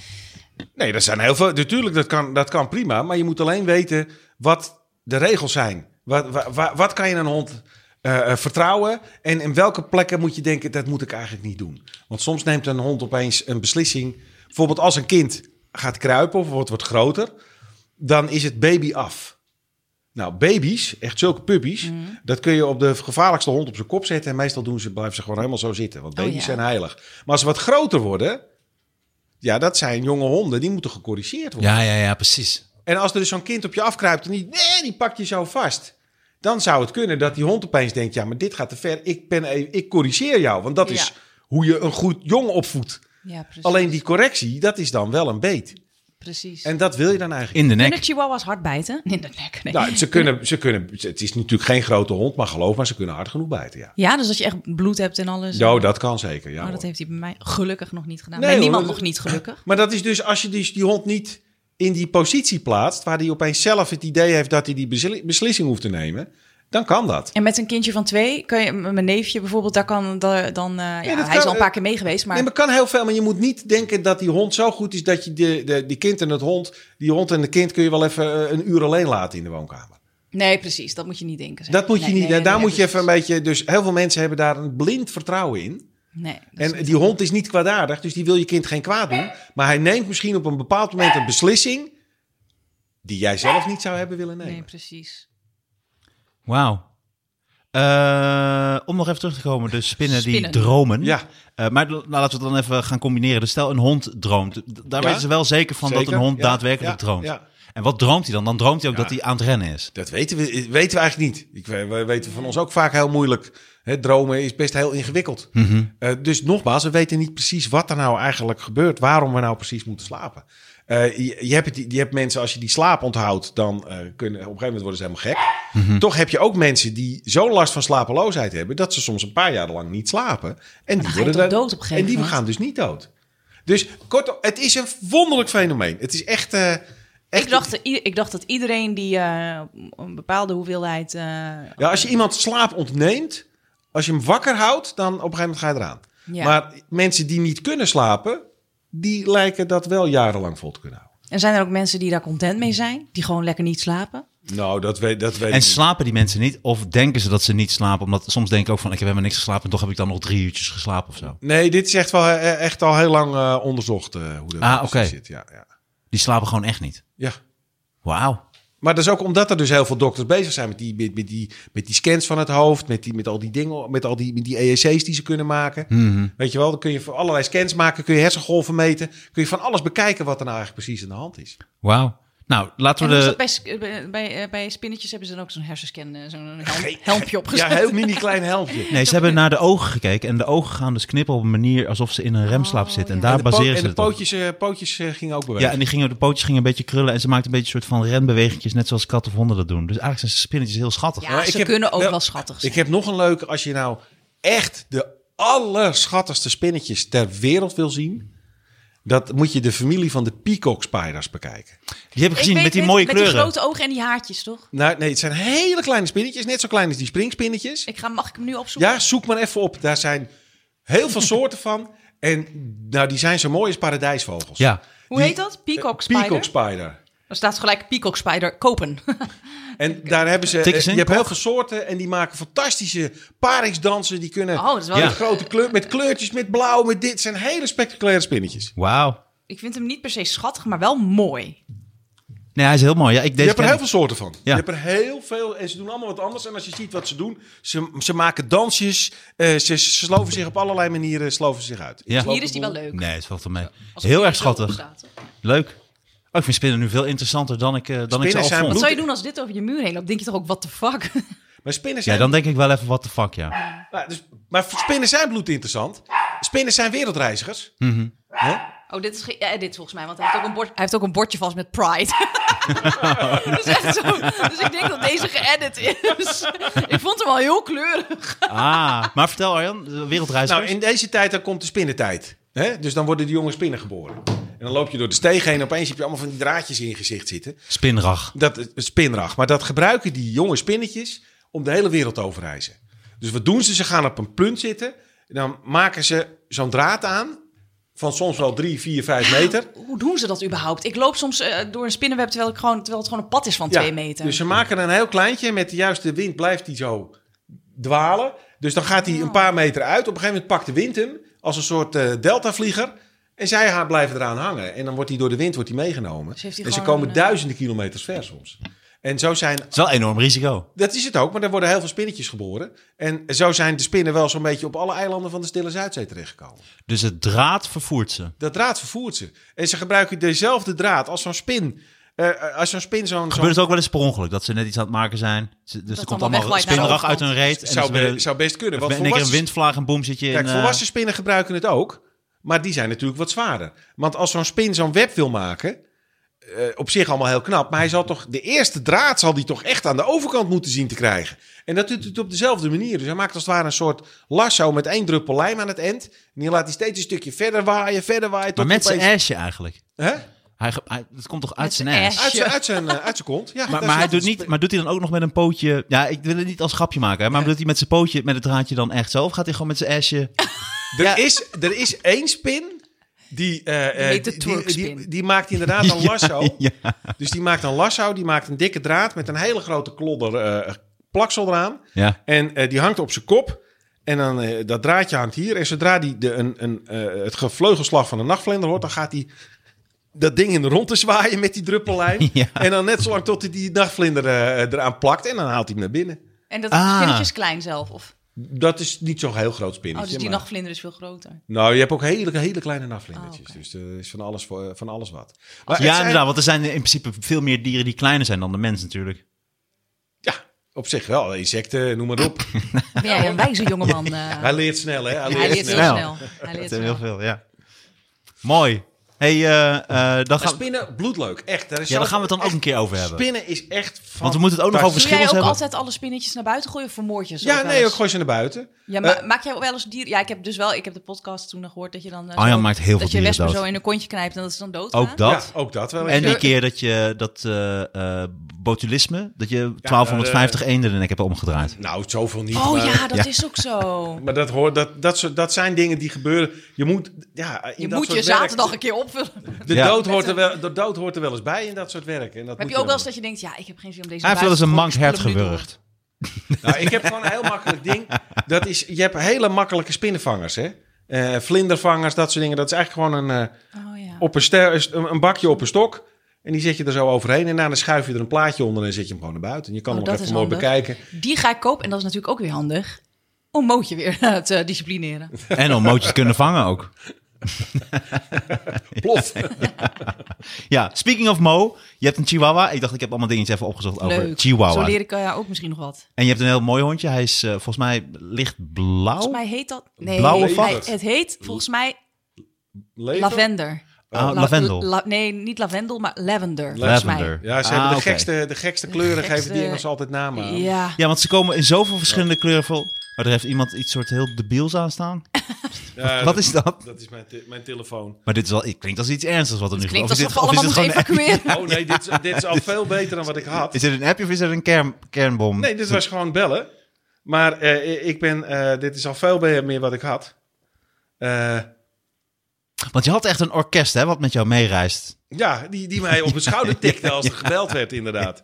Nee, dat zijn heel veel. Natuurlijk, dat kan, dat kan prima. Maar je moet alleen weten wat de regels zijn. Wat, wa- wa- wat kan je een hond eh, eh, vertrouwen? En in welke plekken moet je denken, dat moet ik eigenlijk niet doen. Want soms neemt een hond opeens een beslissing. Bijvoorbeeld als een kind gaat kruipen of wordt, wordt groter, dan is het baby af. Nou, baby's, echt zulke puppies, Mhm. dat kun je op de gevaarlijkste hond op zijn kop zetten. En meestal doen ze, blijven ze gewoon helemaal zo zitten. Want Oh, baby's ja. zijn heilig. Maar als ze wat groter worden, ja, dat zijn jonge honden. Die moeten gecorrigeerd worden. Ja, ja, ja, precies. En als er dus zo'n kind op je afkruipt en die, nee, die pakt je zo vast. Dan zou het kunnen dat die hond opeens denkt, ja, maar dit gaat te ver. Ik, ben, even- ik corrigeer jou, want dat Ja. is hoe je een goed jong opvoedt. Ja, precies. Alleen die correctie, dat is dan wel een beet. precies. En dat wil je dan eigenlijk In de Kunnen nek. chihuahuas hard (laughs) bijten? In de nek, nee. niet. Nou, ze kunnen, ze kunnen, het is natuurlijk geen grote hond, maar geloof maar, ze kunnen hard genoeg bijten, ja. Ja, dus dat je echt bloed hebt en alles. Jo, dat kan zeker, ja. Oh, dat hoor. heeft hij bij mij gelukkig nog niet gedaan. Nee, bij hoor, niemand dat- nog niet gelukkig. Maar dat is dus als je dus die hond niet in die positie plaatst, waar hij opeens zelf het idee heeft dat hij die besli- beslissing hoeft te nemen, dan kan dat. En met een kindje van twee, kun je, m- mijn neefje bijvoorbeeld, daar kan da- dan... eh, ja, dat hij kan, is al een eh, paar keer mee geweest, maar... Nee, maar kan heel veel, maar je moet niet denken dat die hond zo goed is dat je de, de, die kind en het hond, die hond en de kind kun je wel even eh, een uur alleen laten in de woonkamer. Nee, precies. Dat moet je niet denken. zeg. Dat moet je Nee, niet, nee, nee, daar nee, moet je even precies. een beetje, dus heel veel mensen hebben daar een blind vertrouwen in. Nee, dat is En niet- die hond is niet kwaadaardig, dus die wil je kind geen kwaad doen. Maar hij neemt misschien op een bepaald moment een beslissing die jij zelf niet zou hebben willen nemen. Nee, precies. Wauw. Eh, om nog even terug te komen, dus spinnen, Spinnen. die dromen. Ja. Eh, maar d- nou, laten we het dan even gaan combineren. Dus stel, een hond droomt. D- Daar Ja. weten ze wel zeker van dat Zeker, een hond ja, daadwerkelijk ja, droomt. ja. En wat droomt hij dan? Dan droomt hij ook Ja. dat hij aan het rennen is. Dat weten we, eh, weten we eigenlijk niet. Ik, eh, we we weten van ons ook vaak heel moeilijk. Hè, dromen is best heel ingewikkeld. Mhm. Eh, dus nogmaals, we weten niet precies wat er nou eigenlijk gebeurt. Waarom we nou precies moeten slapen. Eh, je, je, hebt het, je hebt mensen, als je die slaap onthoudt, dan eh, kunnen op een gegeven moment worden ze helemaal gek. Mhm. Toch heb je ook mensen die zo'n last van slapeloosheid hebben... dat ze soms een paar jaar lang niet slapen. En die, ga je toch dan- dood op een gegeven en die moment? gaan dus niet dood. Dus kortom, het is een wonderlijk fenomeen. Het is echt... eh, echt Ik dacht, i- ik dacht dat iedereen die eh, een bepaalde hoeveelheid... eh, Ja, als je iemand slaap ontneemt, als je hem wakker houdt, dan op een gegeven moment ga je eraan. Ja. Maar mensen die niet kunnen slapen, die lijken dat wel jarenlang vol te kunnen houden. En zijn er ook mensen die daar content mee zijn? Die gewoon lekker niet slapen? Nou, dat weet, dat weet En slapen die mensen niet? Of denken ze dat ze niet slapen? Omdat soms denk ik ook van, ik heb helemaal niks geslapen... en toch heb ik dan nog drie uurtjes geslapen of zo. Nee, dit is echt, wel, eh, echt al heel lang eh, onderzocht eh, hoe dat Ah, precies oké. zit. Ja, ja. Die slapen gewoon echt niet. ja. Wauw. Maar dat is ook omdat er dus heel veel dokters bezig zijn met die, met, met die, met die scans van het hoofd, met, die, met al die dingen, met al die, met die EEC's die ze kunnen maken. Mhm. Weet je wel, dan kun je voor allerlei scans maken, kun je hersengolven meten, kun je van alles bekijken wat er nou eigenlijk precies aan de hand is. Wauw. Nou, En laten we hoe is de... dat bij, sk- bij, bij, eh, bij spinnetjes hebben ze dan ook zo'n hersenscan, eh, zo'n helm- helmpje Ja, opgezet. heel mini klein helmpje. Nee, ze hebben naar de ogen gekeken. En de ogen gaan dus knippen op een manier alsof ze in een remslaap Oh, zitten. En daar en de, po- baseren en ze de het op. pootjes, eh, pootjes eh, gingen ook bewegen. Ja, en die gingen, de pootjes gingen een beetje krullen. En ze maakten een beetje een soort van renbewegingjes. Net zoals katten of honden dat doen. Dus eigenlijk zijn spinnetjes heel schattig. Ja, ik ze heb- kunnen ook wel- wel schattig zijn. Ik heb nog een leuke. Als je nou echt de allerschattigste spinnetjes ter wereld wil zien... dat moet je de familie van de peacock spiders bekijken. Die heb ik Ik gezien weet- met die weet- mooie met kleuren. die grote ogen en die haartjes, toch? Nou, nee, het zijn hele kleine spinnetjes. Net zo klein als die springspinnetjes. Ik ga, mag ik hem nu opzoeken? Ja, zoek maar even op. Daar zijn heel veel soorten van. En nou, die zijn zo mooi als paradijsvogels. Ja. Hoe die- heet dat? Eh, Peacock Spider? Peacock spider. Er staat gelijk Peacock Spider kopen. (laughs) En daar hebben ze. eh, Tik eens in, je hebt kok. heel veel soorten en die maken fantastische paringsdansen. Die kunnen Oh, dat is wel- Ja. met grote kleur, met kleurtjes, met blauw, met dit. Het zijn hele spectaculaire spinnetjes. Wauw. Ik vind hem niet per se schattig, maar wel mooi. Nee, hij is heel mooi. Ja, ik Je deze hebt er ken heel ik. veel soorten van. Ja. Je hebt er heel veel en ze doen allemaal wat anders. En als je ziet wat ze doen, ze, ze maken dansjes. eh, ze sloven zich op allerlei manieren sloven ze zich uit. Ja. Hier is die wel leuk. Nee, het valt wel mee. Als het heel hier erg zo schattig. op staat. Leuk. Oh, ik vind spinnen nu veel interessanter dan ik, eh, dan ik Spinnen ze al zijn vond. Wat bloed- zou je doen als dit over je muur heen loopt? Denk je toch ook, what the fuck? Maar spinnen Ja, zijn, dan denk ik wel even, what the fuck, (laughs) ja. nou, dus, maar spinnen zijn bloedinteressant. Spinnen zijn wereldreizigers. Hè? Oh, dit is, ge- ja, dit volgens mij, want hij heeft, ook een bord, hij heeft ook een bordje vast met Pride. dat is echt zo. Dus ik denk dat deze geëdit is. ik vond hem al heel kleurig. Ah, maar vertel Arjan, de Nou, wereldreizigers. in deze tijd dan komt de spinnentijd. Hè? Dus dan worden de jonge spinnen geboren. En dan loop je door de steeg heen en opeens heb je allemaal van die draadjes in je gezicht zitten. Spinrag. Dat is spinrag. Maar dat gebruiken die jonge spinnetjes om de hele wereld over reizen. Dus wat doen ze? Ze gaan op een punt zitten. En dan maken ze zo'n draad aan. Van soms wel drie, vier, vijf meter. Hoe doen ze dat überhaupt? Ik loop soms eh, door een spinnenweb terwijl, ik gewoon, terwijl het gewoon een pad is van Ja, twee meter. Dus ze maken een heel kleintje. Met de juiste wind blijft hij zo dwalen. Dus dan gaat Oh. hij een paar meter uit. Op een gegeven moment pakt de wind hem. Als een soort eh, deltavlieger. En zij haar blijven eraan hangen. En dan wordt hij door de wind wordt hij meegenomen. Dus heeft hij en ze gewoon komen een, eh, duizenden kilometers ver soms. En zo zijn Het is wel een enorm risico. Dat is het ook, maar er worden heel veel spinnetjes geboren. En zo zijn de spinnen wel zo'n beetje op alle eilanden van de Stille Zuidzee terechtgekomen. Dus het draad vervoert ze. Dat draad vervoert ze. En ze gebruiken dezelfde draad als zo'n spin. eh, als zo'n spin zo'n... Gebeurt zo'n het ook wel eens per ongeluk dat ze net iets aan het maken zijn? Ze- Dus er komt allemaal allemaal wegwaait naar de spinrag uit overkant. hun reet. En zou, ze be- willen- zou best kunnen. Want en in één keer een volwassen, windvlaag en boem zit je in... kijk, eh, volwassen spinnen gebruiken het ook. Maar die zijn natuurlijk wat zwaarder. Want als zo'n spin zo'n web wil maken... eh, op zich allemaal heel knap. Maar hij zal toch... De eerste draad zal die toch echt aan de overkant moeten zien te krijgen. En dat doet het op dezelfde manier. Dus hij maakt als het ware een soort lasso met één druppel lijm aan het eind. En die laat hij steeds een stukje verder waaien, verder waaien. maar tot met e- hij zijn opeens- asje eigenlijk. Hè? Hij, ge- hij- het komt toch uit Met zijn zijn ass? ass. Uit zijn, uit zijn, eh, uit zijn kont. Ja, Maar, daar maar, hij zat doet het. niet, maar doet hij dan ook nog met een pootje... Ja, ik wil het niet als grapje maken, hè, maar doet hij met zijn pootje, met het draadje dan echt zo? Of gaat hij gewoon met zijn asje... Er, is, er is één spin. Die, eh, eh, Die heet de die, die, twerkspin. die- die (laughs) maakt inderdaad een Ja, lasso. ja. (laughs) Dus die maakt een lasso. Die maakt een dikke draad met een hele grote klodder eh, plaksel eraan. Ja. En eh, die hangt op zijn kop. En dan, eh, dat draadje hangt hier. En zodra die de, een, een, eh, het gevleugelslag van een nachtvlinder hoort... dan gaat hij dat ding in de rondte zwaaien met die (laughs) druppellijn. Ja. En dan net zolang tot hij die nachtvlinder eh, eraan plakt. En dan haalt hij hem naar binnen. En dat Ah. spinnetje is klein zelf. Of, Dat is niet zo'n heel groot oh, spinnetje. dus die maar- nachtvlinder is veel groter. Nou, je hebt ook hele, hele kleine nachtvlindertjes. Ah, oké. Dus er is van alles, voor- van alles wat. Maar het ja, zijn- inderdaad, want er zijn in principe veel meer dieren die kleiner zijn dan de mens natuurlijk. Ja, op zich wel. Insecten, noem maar op. Ben jij een wijze jongeman? eh? Hij leert snel, hè? Hij leert, hij leert snel. heel snel. snel. Hij leert Dat zijn snel. heel veel, ja. Mooi. Hey, eh, eh, dan, Maar gaan, spinnen, bloedleuk. Echt. Daar is ja, zo- daar gaan we het dan ook echt- een keer over hebben. Spinnen is echt van... Want we moeten het ook nog over Doe verschillen jij ook hebben. altijd alle spinnetjes naar buiten gooien of vermoord je ze Ja, ook wel nee, ik eens? gooi ze naar buiten. Ja, Eh. maar maak jij wel eens dieren? Ja, ik heb dus wel, ik heb de podcast toen nog gehoord dat je dan... eh, Arjan zo- Oh maakt heel veel Dat je dieren wespen dood. zo in een kontje knijpt en dat ze dan dood Ook dat. Ja, ook dat wel. En eens. die keer dat je dat eh, eh, botulisme, dat je eh, 1250 eenden de nek hebt omgedraaid. Nou, zoveel niet. Oh maar... ja, dat Ja. is ook (laughs) zo. Maar dat, hoort, dat, dat, soort- dat zijn dingen die gebeuren. Je moet, ja, in Je dat moet soort je werk- zaterdag een keer opvullen. De, Ja. dood hoort er wel, de dood hoort er wel eens bij in dat soort werk. En dat Heb moet je ook wel eens dan- dat je denkt, ja, ik heb geen zin om deze Hij heeft wel eens een mank buitengewoon hert spullen nu door. gewurgd. Nou, ik heb gewoon een heel makkelijk ding. Dat is, je hebt hele makkelijke spinnenvangers, hè? Eh, vlindervangers, dat soort dingen. Dat is eigenlijk gewoon een, eh, Oh ja. op een, ster, een een bakje op een stok. En die zet je er zo overheen. En daarna schuif je er een plaatje onder en zet je hem gewoon naar buiten. En je kan Oh, hem dat ook even is mooi handig. bekijken. Die ga ik kopen en dat is natuurlijk ook weer handig om Mootje weer (laughs) te disciplineren. En om mootjes te kunnen vangen ook. (laughs) Plof. Ja, speaking of Mo, je hebt een chihuahua. Ik dacht, ik heb allemaal dingetjes even opgezocht over Leuk. Zo chihuahua. leer ik eh, ook misschien nog wat. En je hebt een heel mooi hondje. Hij is eh, volgens mij lichtblauw. Volgens mij heet dat... Nee, Oh. Blauwe hij- vacht. het heet volgens mij Leven? lavender. Ah, La- lavendel. la- nee, niet lavendel, maar lavender. volgens mij. Lavender. Ja, ze Ah, hebben de, oké. gekste, de gekste kleuren geven die gekste- Engels altijd namen aan. Ja. Ja, want ze komen in zoveel verschillende kleuren. voor- Maar er heeft iemand iets soort heel debiels aan staan. Ja, Wat is dat? Dat is mijn, te- mijn telefoon. Maar dit is wel, het klinkt als iets ernstigs wat er nu Klinkt of is dit- alsof we of is allemaal dit moeten gewoon een- evacueren. Oh nee, dit, is- dit (laughs) is al veel beter dan wat ik had. Is dit een appje of is dit een kern, kernbom? Nee, dit was gewoon bellen. Maar eh, ik ben, eh, dit is al veel be- meer wat ik had. Eh, Want je had echt een orkest hè, wat met jou meereist. ja, die, die mij op mijn (laughs) schouder tikte als er gebeld werd, inderdaad.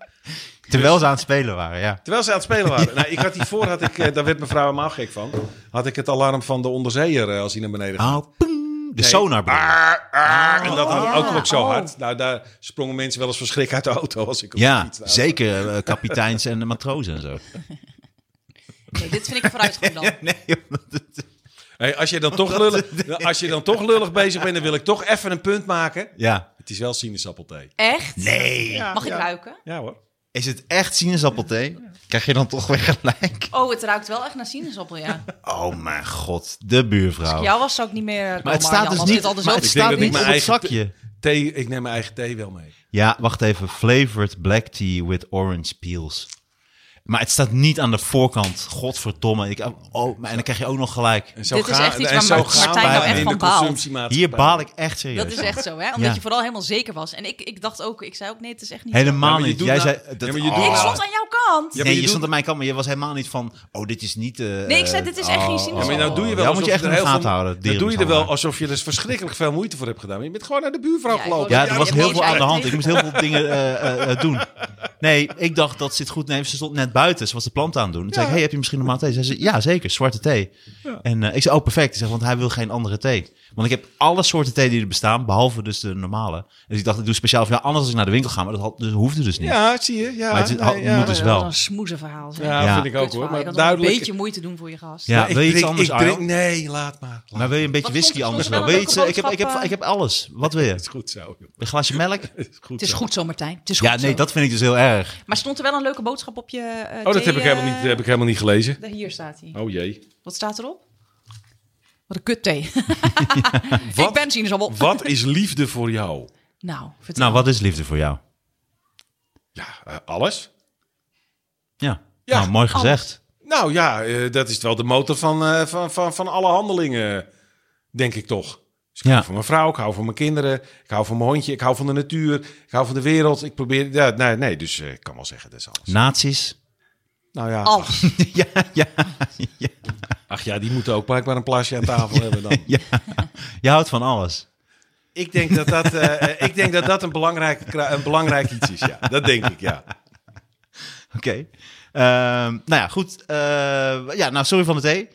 Terwijl ze aan het spelen waren, ja. Terwijl ze aan het spelen waren. Nou, ik had hiervoor, had ik, eh, daar werd mevrouw helemaal gek van, had ik het alarm van de onderzeeër eh, als hij naar beneden ging. Oh, poeng. De sonar bedoel ik. Ah. en dat had ik ook nog zo Ah. Oh. hard. Nou, daar sprongen mensen wel eens van schrik uit de auto als ik op de Ja, fiets daar- zeker eh, kapiteins en matrozen en zo. (laughs) Nee, dit vind ik vooruitgang dan. (laughs) Nee, joh, dat- Hey, als, je dan toch lullig, als je dan toch lullig bezig bent, dan wil ik toch even een punt maken. ja. Het is wel sinaasappelthee. Echt? Nee. Mag ik ruiken? Ja hoor. Is het echt sinaasappelthee? Krijg je dan toch weer gelijk? Oh, het ruikt wel echt naar sinaasappel, (laughs) ja. Oh mijn god, de Als buurvrouw. ik jou was, zou ik niet meer... Oh. Maar het Oh, staat dus niet, Anders maar ook het Ik staat... denk staat dat ik niet op mijn het eigen- zakje. Thee, ik neem mijn eigen thee wel mee. Ja, wacht even. Flavored black tea with orange peels. Maar het staat niet aan de voorkant. Godverdomme. Ik, oh, maar- en dan krijg je ook nog gelijk. En zo Dit is gaan- echt iets en waar zo Mart- gaan Martijn wij nou echt in de van baalt. consumptiemaatschappij. Hier baal ik echt serieus. Dat is van. echt zo, hè? Omdat Ja. je vooral helemaal zeker was. En ik, ik dacht ook, ik zei ook nee, het is echt niet zo. Ja, Helemaal maar je niet. doet Jij nou- zei... Ja, maar je doet oh. Ik nou- stond aan jouw Ja, maar kant. nee, je, je doet- stond aan mijn kant, maar je was helemaal niet van... Oh, dit is niet... eh, Nee, ik zei, dit is echt geen Ja, sinaasappel. maar nou doe je wel Ja, alsof moet je echt er in de heel gaten veel- houden, Dan doe je er wel dierenmishandelaar. alsof je er verschrikkelijk veel moeite voor hebt gedaan. Maar je bent gewoon naar de buurvrouw Ja, ik gelopen. wou- Ja, er was je heel hebt veel aan de niks hand. Ik moest heel veel dingen eh, eh, eh, doen. Nee, ik dacht dat zit goed. Nee, ze stond net buiten. Ze was de plant aan het doen. Toen zei ik, hey, heb je misschien normaal thee? Zei ze, ja, zeker, zwarte thee. En eh, ik zei, oh, perfect. Ik zeg, want hij wil geen andere thee. Want ik heb alle soorten thee die er bestaan, behalve dus de normale. Dus ik dacht, ik doe speciaal voor jou, anders als ik naar de winkel ga. Maar dat had, dus, hoefde dus niet. Ja, zie je. Ja, Maar het is- nee, ja. moet dus wel. Eh, een smoeze verhaal. zeg. Ja, Ja. vind ik ook hoor. Kutverhaal. Maar Je had wel een duidelijk. beetje moeite doen voor je gast. Ja, wil je iets drink- anders, ik drink, Arjan? Nee, laat maar. Laat Maar wil je een beetje Wat vond- whisky anders vond je wel? Wil je dan iets, welke eh, ik, heb, ik, heb, ik boodschappen? heb alles. Wat wil je? is goed zo. joh. Een glaasje melk? Is goed Het is zo. Oh, goed zo, Martijn. Het is Ja, goed nee, zo. dat vind ik dus heel erg. Maar stond er wel een leuke boodschap op je eh, Oh, dat thee, heb ik helemaal eh, niet, heb ik helemaal niet gelezen. daar- Hier staat hij. Oh jee. Wat staat erop? Wat een kut thee. Ik ben sinaasappel. Wat is liefde voor jou? Nou, vertel. Nou, wat is liefde voor jou? Ja, eh, alles. Ja, Ja, nou, mooi gezegd. Nou ja, eh, dat is wel de motor van, eh, van, van, van alle handelingen, denk ik toch. Dus ik Ja. hou van mijn vrouw, ik hou van mijn kinderen, ik hou van mijn hondje, ik hou van de natuur, ik hou van de wereld. Ik probeer, ja, nee, nee, dus eh, ik kan wel zeggen, dat is alles. Nazi's? Nou ja, ach, Alles. ja, ja, ja. ach ja, die moeten ook blijkbaar een plasje aan (laughs) tafel hebben dan. Ja, je houdt van alles. Ik denk dat dat, (laughs) eh, eh, ik denk dat, dat een, belangrijk, kra- een belangrijk iets is, ja. Dat denk ik, ja. (laughs) Oké. Ehm, nou ja, goed. Eh, ja, nou, sorry van de (laughs) thee.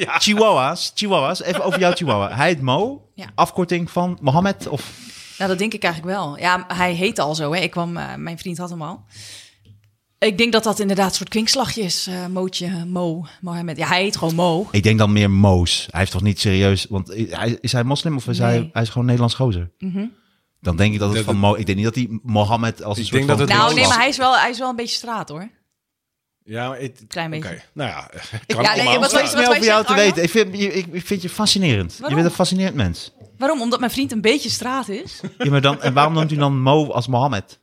Chihuahuas, Chihuahuas. Even over jouw Chihuahua. Hij heet Mo. Ja. Afkorting van Mohammed of... Nou, dat denk ik eigenlijk wel. Ja, hij heet al zo. Hè. Ik kwam, eh, mijn vriend had hem al. Ik denk dat dat inderdaad een soort kwinkslagje is. eh Mootje, eh, Mo, Mohammed. Ja, hij heet gewoon Mo. Ik denk dan meer Moos. Hij heeft toch niet serieus... Want hij, is hij moslim of is Nee. Mhm. hij, hij is gewoon Nederlands gozer? Dan denk ik dat het Dat van Mo... Ik denk niet dat hij Mohammed als een Ik soort denk dat van- het Nou, wel nee, lastig. maar hij is wel, hij is wel een beetje straat, hoor. Ja, maar het- Klein beetje. oké. Nou ja, eh, kan nee, allemaal Nou, wat- Ik staan. heb wat- meer wij over jou te zeggen, weten. Ik vind, je- ik, ik vind je fascinerend. Je Waarom? bent een fascinerend mens. Waarom? Omdat mijn vriend een beetje straat is? Ja, maar dan, en waarom noemt u dan Mo als Mohammed?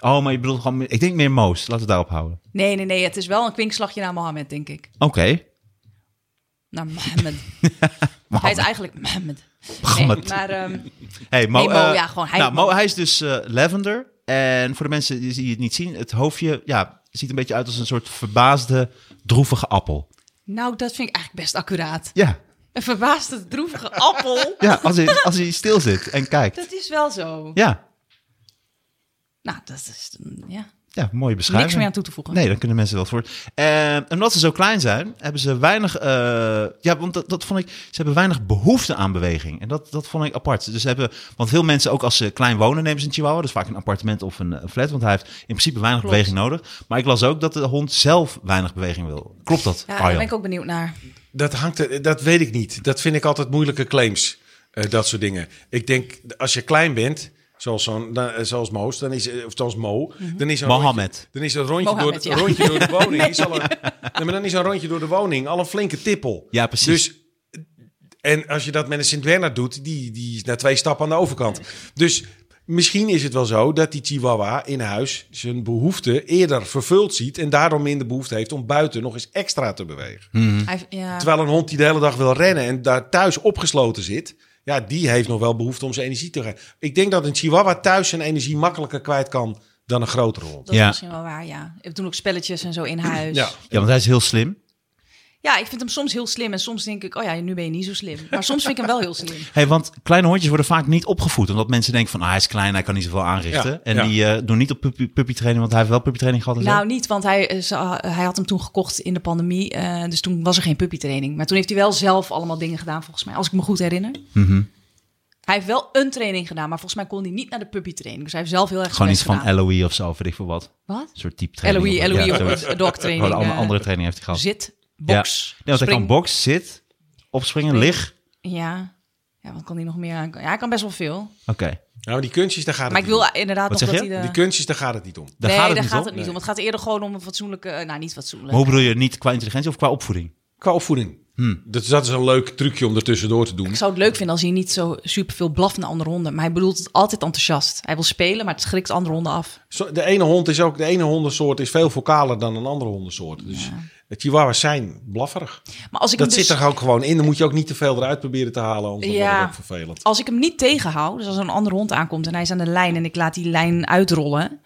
Oh, maar je bedoelt gewoon... Ik denk meer Moos. Laten we het daarop houden. Nee, nee, nee. Het is wel een kwinkslagje naar Mohammed, denk ik. Oké. Naar Mohammed. Hij is eigenlijk Mohammed. Mohammed. Nee, maar ehm, Hey, Mo, Nee, Mo, eh, ja, gewoon hij- nou, Mo, hij is dus eh, lavender. En voor de mensen die die het niet zien, het hoofdje ja, ziet een beetje uit als een soort verbaasde, droevige appel. nou, dat vind ik eigenlijk best accuraat. Ja, Een verbaasde, droevige appel. (laughs) ja als, hij, als hij stil zit en kijkt. Dat is wel zo. Ja, Nou, dat is... mm, Ja. ja mooie beschrijving. Niks meer aan toe te voegen. Nee, dan kunnen mensen wel voor. Ehm, En omdat ze zo klein zijn, hebben ze weinig. eh, ja, want dat, dat vond ik. Ze hebben weinig behoefte aan beweging. En dat, dat vond ik apart. Dus ze hebben, want veel mensen, ook als ze klein wonen, nemen ze een Chihuahua. Dus vaak een appartement of een, eh, een flat. Want hij heeft in principe weinig Klopt. beweging nodig. Maar ik las ook dat de hond zelf weinig beweging wil. Klopt dat? Ja, daar Arjan? ben ik ook benieuwd naar. Dat, hangt, er- dat weet ik niet. Dat vind ik altijd moeilijke claims. eh, dat soort dingen. Ik denk, als je klein bent, zoals, zo'n, dan- eh, zoals Moos, dan is, eh, of zoals Mo, Mhm. dan is een Mohammed. rondje- dan is een rondje, door, Mohammed, ja. een rondje (laughs) door de woning. Is al een, nee, maar dan is een rondje door de woning al een flinke tippel. Ja, precies. Dus, en als je dat met een Sint-Bernard doet, die, die is na twee stappen aan de overkant. Dus misschien is het wel zo dat die Chihuahua in huis zijn behoefte eerder vervuld ziet. En daardoor minder behoefte heeft om buiten nog eens extra te bewegen. Hmm. Hij, ja. Terwijl een hond die de hele dag wil rennen en daar thuis opgesloten zit, ja, die heeft nog wel behoefte om zijn energie te gaan. Ik denk dat een chihuahua thuis zijn energie makkelijker kwijt kan dan een grotere hond. Dat is Ja. misschien wel waar, ja. We doen ook spelletjes en zo in huis. Ja. Ja. Ja, want hij is heel slim. ik vind hem soms heel slim. En soms denk ik, oh ja, nu ben je niet zo slim. Maar soms vind ik hem wel heel (laughs) slim. Hey, want kleine hondjes worden vaak niet opgevoed. Omdat mensen denken van, ah, hij is klein, hij kan niet zoveel aanrichten. Ja, en ja. die eh, doen niet op puppy, puppytraining, want hij heeft wel puppytraining gehad. En zo. Nou, niet, want hij, eh, ze- hij had hem toen gekocht in de pandemie. eh, dus toen was er geen puppytraining. Maar toen heeft hij wel zelf allemaal dingen gedaan, volgens mij. Als ik me goed herinner. Mhm. Hij heeft wel een training gedaan, maar volgens mij kon hij niet naar de puppytraining. Dus hij heeft zelf heel erg Gewoon zijn iets best van Eloie of zo, weet ik veel wat. gedaan. Wat? Een soort type training. Eloie, Eloie Ja, op zoiets. (laughs) een dogtraining. Gewoon allemaal eh, andere training heeft hij gehad. Zit, box, Oh. Ja, want hij spring. kan box, zit, opspringen, Spring. lig. Ja. ja, wat kan hij nog meer aan? Ja, hij kan best wel veel. Oké, Nou, maar die kunstjes, daar gaat Maar het ik niet wil eh, inderdaad Wat nog zeg dat je? hij om. de... Die kunstjes, daar gaat het niet om. daar nee, gaat het daar niet gaat om. het niet om. Het gaat eerder gewoon om een fatsoenlijke... eh, Nou, niet fatsoenlijke... Maar hoe bedoel je, niet qua intelligentie of qua opvoeding? Qua opvoeding. Dat, is- dat is een leuk trucje om er tussendoor te doen. Ik zou het leuk vinden als hij niet zo superveel blaft naar andere honden. Maar hij bedoelt het altijd enthousiast. Hij wil spelen, maar het schrikt andere honden af. Zo- De ene hond is ook, de ene hondensoort is veel vocaler dan een andere hondensoort. Dus de chihuahuas zijn blafferig. Maar als ik Dat hem dus, zit er ook gewoon in. Dan moet je ook niet te veel eruit proberen te halen, anders Ja. wordt het ook vervelend. Als ik hem niet tegenhoud, dus als er een andere hond aankomt en hij is aan de lijn en ik laat die lijn uitrollen,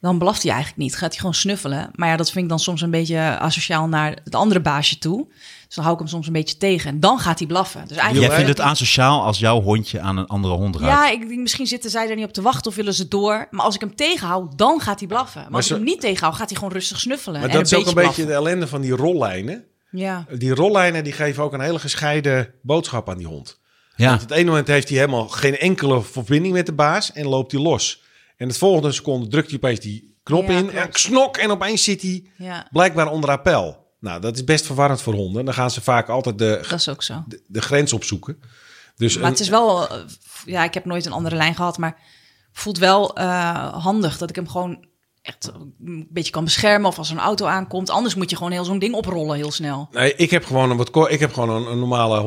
dan blaft hij eigenlijk niet. Gaat hij gewoon snuffelen. Maar ja, dat vind ik dan soms een beetje asociaal naar het andere baasje toe. Dus dan hou ik hem soms een beetje tegen. En dan gaat hij blaffen. Dus eigenlijk Jij vindt het asociaal als jouw hondje aan een andere hond ruikt. Ja, ik denk misschien zitten zij er niet op te wachten of willen ze door. Maar als ik hem tegenhoud, dan gaat hij blaffen. Maar, als ze- ik hem niet tegenhoud, gaat hij gewoon rustig snuffelen. Maar en dat is ook een beetje de blaffen. ellende van die rollijnen. Ja. Die rollijnen die geven ook een hele gescheiden boodschap aan die hond. Ja. Want het ene moment heeft hij helemaal geen enkele verbinding met de baas en loopt hij los. En het volgende seconde drukt hij opeens die knop Ja, in, klopt. en snok en opeens zit hij ja, blijkbaar onder appel. Nou, dat is best verwarrend voor honden. Dan gaan ze vaak altijd de, dat is ook zo. de, de grens opzoeken. Dus Maar een- het is wel, eh, f- ja, ik heb nooit een andere lijn gehad, maar voelt wel eh, handig dat ik hem gewoon echt een beetje kan beschermen of als er een auto aankomt. Anders moet je gewoon heel zo'n ding oprollen heel snel. nee, ik heb gewoon een, wat, ko- ik heb gewoon een, een normale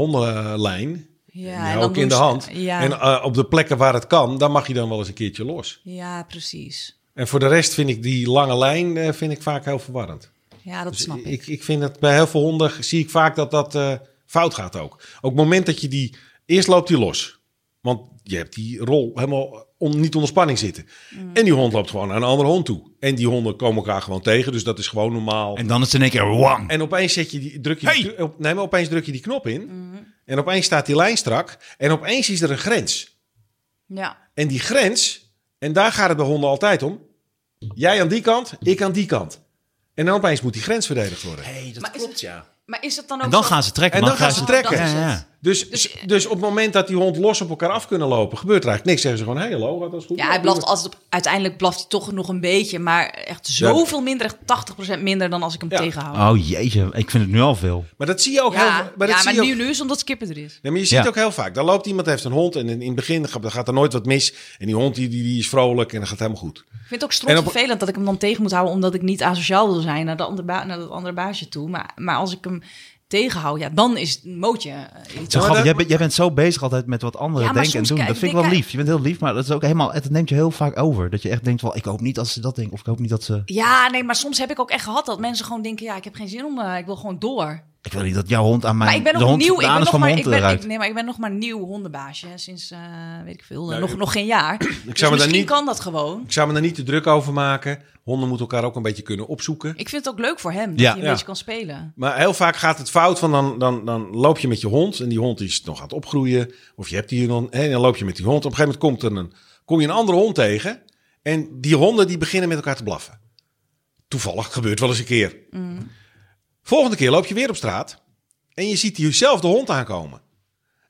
hondenlijn. Ja, en Nou, ook in doen de ze- hand. Ja, En eh, op de plekken waar het kan, dan mag je dan wel eens een keertje los. ja, precies. En voor de rest vind ik die lange lijn eh, vind ik vaak heel verwarrend. Ja, dat Dus snap ik. ik, ik vind dat bij heel veel honden zie ik vaak dat dat eh, fout gaat ook. Ook het moment dat je die... Eerst loopt die los. Want je hebt die rol helemaal on- niet onder spanning zitten. En die hond loopt gewoon naar een andere hond toe. En die honden komen elkaar gewoon tegen. Dus dat is gewoon normaal. En, En dan is het in één keer wang. opeens zet je die, druk je die, Hey! kno- op- nee, maar opeens druk je die knop in. En opeens staat die lijn strak. En opeens is er een grens. Ja, En die grens... En daar gaat het bij honden altijd om. Jij aan die kant, ik aan die kant. En dan opeens moet die grens verdedigd worden. dat Maar is klopt, het- ja. maar is het dan ook En dan zo- gaan ze trekken. En dan gaan ze trekken. dat is Ja, het. ja. Dus, dus, eh, op het moment dat die hond los op elkaar af kunnen lopen, gebeurt er eigenlijk niks. Zeggen ze gewoon, hey, hallo, gaat alles goed? Ja, hij blaft altijd op. Uiteindelijk blaft hij toch nog een beetje, maar echt Ja. zoveel minder, echt 80% minder dan als ik hem Ja. tegenhoud. Oh jeetje, ik vind het nu al veel. Maar dat zie je ook heel Ja, Maar, dat ja, zie maar je ook- nu, nu is omdat Skipper er is. Nee, maar je ziet Ja. ook heel vaak. Dan loopt iemand, heeft een hond en in in het begin gaat- dan gaat er nooit wat mis. En die hond die, die, die is vrolijk en dat gaat helemaal goed. Ik vind het ook En op- stront vervelend dat ik hem dan tegen moet houden... omdat ik niet asociaal wil zijn naar, de andere ba- naar dat andere baasje toe. Maar, maar als ik hem tegenhoud, ja, dan is het een mootje. eh, iets. Zo maar grappig, dat- jij, bent, jij bent zo bezig altijd met wat anderen Ja, maar denken en soms doen. kijk- Dat vind ik denk wel ik- lief. Je bent heel lief, maar dat is ook helemaal, het neemt je heel vaak over. Dat je echt denkt, wel, ik hoop niet dat ze dat denken. Of ik hoop niet dat ze... Ja, nee, maar soms heb ik ook echt gehad dat mensen gewoon denken... ja, ik heb geen zin om, eh, ik wil gewoon door. Ik wil niet dat jouw hond aan mijn... maar ik ben de nog hond, nieuw. de Ik ben anus nog van maar, mijn ik hond ben, eruit. ik, nee, maar ik ben nog maar een nieuw hondenbaasje hè, sinds, eh, weet ik veel, eh, Nou, nog, ik- nog geen (clears throat) jaar. Ik me daar misschien niet- kan dat gewoon. Ik zou me daar niet te druk over maken. Honden moeten elkaar ook een beetje kunnen opzoeken. Ik vind het ook leuk voor hem dat Ja. hij een Ja. beetje kan spelen. Maar heel vaak gaat het fout van dan, dan, dan loop je met je hond en die hond is nog aan het opgroeien. Of je hebt die dan en dan loop je met die hond. Op een gegeven moment komt er een, kom je een andere hond tegen en die honden die beginnen met elkaar te blaffen. Toevallig gebeurt wel eens een keer. Volgende keer loop je weer op straat en je ziet diezelfde hond aankomen.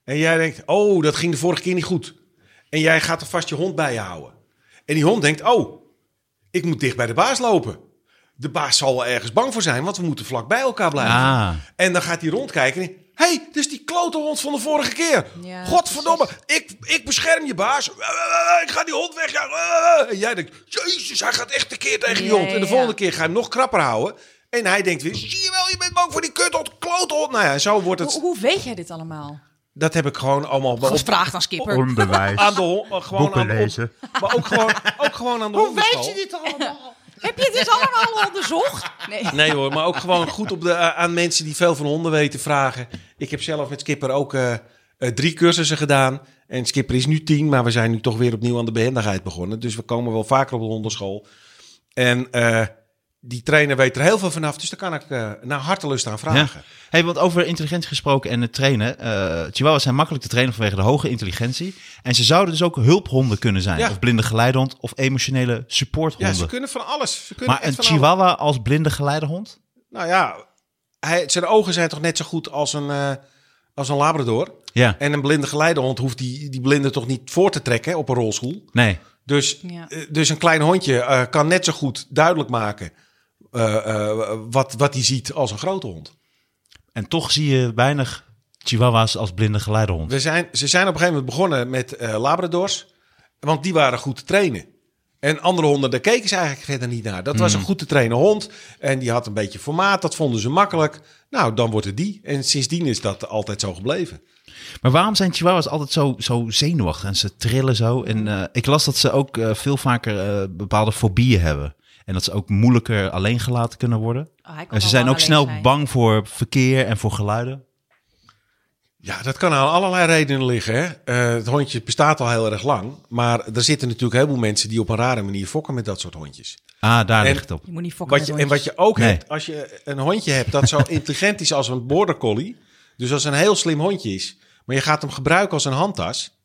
En jij denkt, oh, dat ging de vorige keer niet goed. En jij gaat er vast je hond bij je houden. En die hond denkt, oh, ik moet dicht bij de baas lopen. De baas zal wel ergens bang voor zijn, want we moeten vlak bij elkaar blijven. Ah. En dan gaat hij rondkijken en... Hé, hey, dat is die klote hond van de vorige keer. Ja, Godverdomme, ik, ik bescherm je baas. Eh, Ik ga die hond wegjagen. eh, En jij denkt, jezus, hij gaat echt tekeer tegen die Ja, hond. En de ja, volgende ja. keer ga je hem nog krapper houden. En hij denkt weer, zie je wel, je bent bang voor die kuthond, klote hond. Nou ja, zo wordt Hoe, het... hoe weet jij dit allemaal? Dat heb ik gewoon allemaal... op- Gevraagd aan Skipper. Onbewijs. aan de hond, gewoon Boeken aan de hond- lezen. Maar ook gewoon, ook gewoon aan de hond. dit allemaal? Heb je dit allemaal onderzocht? Nee. Nee hoor, maar ook gewoon goed op de, eh, aan mensen die veel van honden weten vragen. Ik heb zelf met Skipper ook eh, eh, drie cursussen gedaan. En Skipper is nu tien, maar we zijn nu toch weer opnieuw aan de behendigheid begonnen. Dus we komen wel vaker op de hondenschool. En eh, die trainer weet er heel veel vanaf, dus daar kan ik eh, naar hartelust aan vragen. Hey, want over intelligentie gesproken en het trainen. eh Chihuahuas zijn makkelijk te trainen vanwege de hoge intelligentie. En ze zouden dus ook hulphonden kunnen zijn. Ja. Of blinde geleidehond of emotionele Ja, supporthonden. ze kunnen van alles. Ze kunnen maar echt een van alles. Chihuahua als blinde geleidehond? Nou ja, hij, zijn ogen zijn toch net zo goed als een, eh, als een labrador. Ja, En een blinde geleidehond hoeft die, die blinde toch niet voor te trekken op een rolstoel. nee. Dus, Ja. eh, dus een klein hondje eh, kan net zo goed duidelijk maken eh, eh, wat, wat hij ziet als een grote hond. En toch zie je weinig Chihuahuas als blinde geleidehond. We zijn, ze zijn op een gegeven moment begonnen met eh, labradors, want die waren goed te trainen. En andere honden, daar keken ze eigenlijk verder niet naar. Dat was een goed te trainen hond. En die had een beetje formaat. Dat vonden ze makkelijk. Nou, dan wordt het die. En sindsdien is dat altijd zo gebleven. Maar waarom zijn chihuahuas altijd zo, zo zenuwachtig en ze trillen zo? En eh, ik las dat ze ook eh, veel vaker eh, bepaalde fobieën hebben. En dat ze ook moeilijker alleen gelaten kunnen worden. Oh, hij kan En ze wel zijn lang ook alleen snel zijn. bang voor verkeer en voor geluiden. Ja, dat kan aan allerlei redenen liggen. Hè? Eh, het hondje bestaat al heel erg lang. Maar er zitten natuurlijk heel veel mensen die op een rare manier fokken met dat soort hondjes. Ah, daar En- ligt het op. Je moet niet fokken Wat je, met en wat hondjes. je ook Nee. hebt, als je een hondje hebt dat zo intelligent is als een border collie. Dus als een heel slim hondje is. Maar je gaat hem gebruiken als een handtas.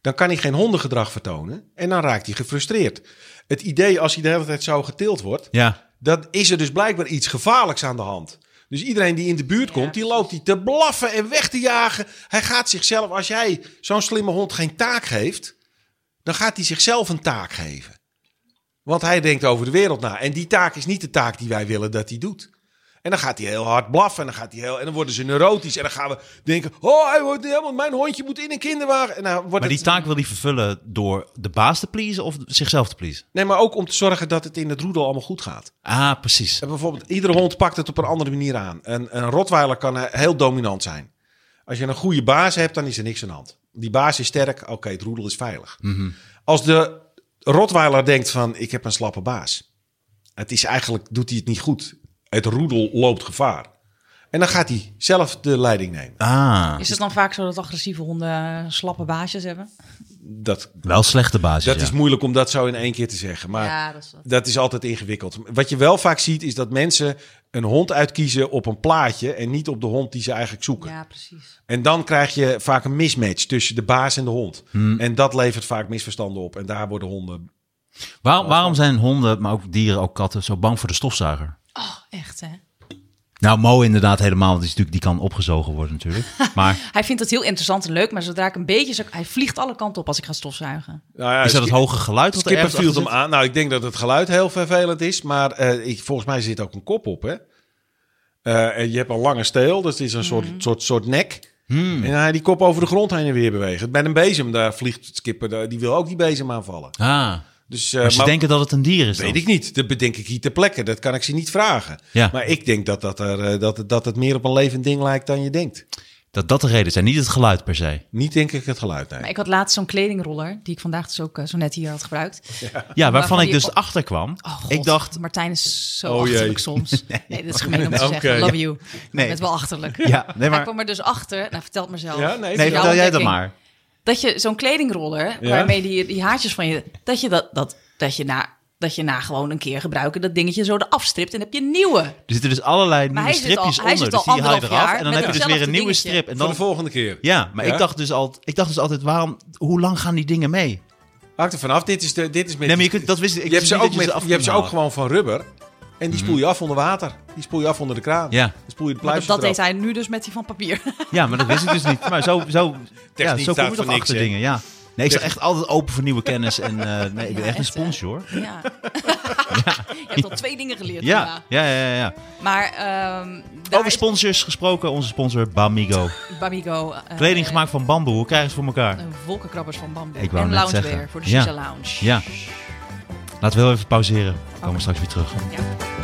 Dan kan hij geen hondengedrag vertonen. En dan raakt hij gefrustreerd. Het idee als hij de hele tijd zo getild wordt. Ja, Dat is er dus blijkbaar iets gevaarlijks aan de hand. Dus iedereen die in de buurt komt, die loopt die te blaffen en weg te jagen. Hij gaat zichzelf, als jij zo'n slimme hond geen taak geeft, dan gaat hij zichzelf een taak geven. Want hij denkt over de wereld na. En die taak is niet de taak die wij willen dat hij doet. En dan gaat hij heel hard blaffen en dan, gaat hij heel, en dan worden ze neurotisch. En dan gaan we denken, oh, hij wordt, ja, want mijn hondje moet in een kinderwagen. En dan wordt maar het- die taak wil hij vervullen door de baas te pleasen of zichzelf te pleasen? Nee, maar ook om te zorgen dat het in het roedel allemaal goed gaat. Ah, precies. En bijvoorbeeld, iedere hond pakt het op een andere manier aan. Een, een rotweiler kan eh, heel dominant zijn. Als je een goede baas hebt, dan is er niks aan de hand. Die baas is sterk, oké, het roedel is veilig. Als de rotweiler denkt van, ik heb een slappe baas. Het is eigenlijk, doet hij het niet goed. Het roedel loopt gevaar. En dan gaat hij zelf de leiding nemen. Ah, Is het dan vaak zo dat agressieve honden eh, slappe baasjes hebben? Dat, wel slechte basis. dat Dus ja. is moeilijk om dat zo in één keer te zeggen. Maar ja, dat is wat. Dat is altijd ingewikkeld. Wat je wel vaak ziet, is dat mensen een hond uitkiezen op een plaatje en niet op de hond die ze eigenlijk zoeken. Ja, precies. En dan krijg je vaak een mismatch tussen de baas en de hond. En dat levert vaak misverstanden op. En daar worden honden. Waarom, waarom zijn honden, maar ook dieren, ook katten, zo bang voor de stofzuiger? Oh, echt hè? Nou, Mo inderdaad helemaal, want die, is natuurlijk, die kan opgezogen worden (laughs) natuurlijk. Maar Hij vindt het heel interessant en leuk, maar zodra ik een beetje... zo- Hij vliegt alle kanten op als ik ga stofzuigen. Nou ja, is dat het hoge geluid? dat er ergens viel hem achter aan. Nou, ik denk dat het geluid heel vervelend is. Maar eh, ik, volgens mij zit ook een kop op. Hè? Eh, en je hebt een lange steel, dus het is een soort, soort, soort nek. En hij die kop over de grond heen en weer beweegt. Bij een bezem, daar vliegt het skipper, daar- die wil ook die bezem aanvallen. zit? Ah, Dus, eh, maar ze maar- denken dat het een dier is Dat dan? weet ik niet. Dat bedenk ik hier ter plekke. Dat kan ik ze niet vragen. Ja. Maar ik denk dat, dat, er, eh, dat, het- dat het meer op een levend ding lijkt dan je denkt. Dat dat de reden zijn, niet het geluid per se. Niet denk ik het geluid. Nee. Maar ik had laatst zo'n kledingroller, die ik vandaag dus ook eh, zo net hier had gebruikt. Ja, waarvan Waarvan ik dus je- achter kwam. Oh, God, ik dacht, Martijn is zo Oh, jee. achterlijk (laughs) soms. Nee, dat is gemeen om te zeggen. Oké. Love you. Nee. Nee. Met wel achterlijk. ja, nee Maar maar. ik kwam er dus achter, nou vertel het maar zelf. Ja, Nee, nee, jouw vertel jij dat ontdekking. maar. Dat je zo'n kledingroller, Ja. waarmee die, die haartjes van je, dat je dat, dat, dat je na, dat je na gewoon een keer gebruiken, dat dingetje zo eraf stript en dan heb je een nieuwe. Er zitten dus allerlei Maar nieuwe hij zit al- stripjes hij onder. zit Dus al die haal je anderhalf eraf jaar en dan met heb je dus weer een hetzelfde nieuwe dingetje. strip. En Voor dan, de volgende keer. ja, maar Ja? Ik, dacht dus al, ik dacht dus altijd, waarom, hoe lang gaan die dingen mee? Hangt er vanaf. Dit is, de, dit is met. Nee, maar je kunt, dat wist ik. je ik hebt wist ze niet ook, dat met, af je hebt ze kon ook gewoon van rubber. En die spoel je af onder water. Die spoel je af onder de kraan. Mhm. Ja. Dan spoel je de Maar dat, pluisjes dat deed eraf. hij nu dus met die van (laughs) papier. halen. Ja, maar dat wist ik dus niet. Maar zo, (laughs) zo, ja, zo staat kom je voor toch niks, achter hè? dingen, ja. Nee, ik sta Techniek. echt altijd open voor nieuwe kennis. En eh, nee, ik ben echt Ja, een echt, hè? sponsor, hoor. Ja. Je hebt al twee dingen geleerd. Ja, vandaag. ja, ja, ja. ja. Maar ehm daar Over sponsors gesproken, onze sponsor (laughs) Bamigo. is Bamigo. eh, Kleding gemaakt van bamboe, hoe krijgen ze het voor elkaar? eh, Wolkenkrabbers van bamboe. Ik wou en net loungewear zeggen. voor de Ja. Shisha Lounge. Ja. Laten we heel even pauzeren. We komen straks weer terug. Ja.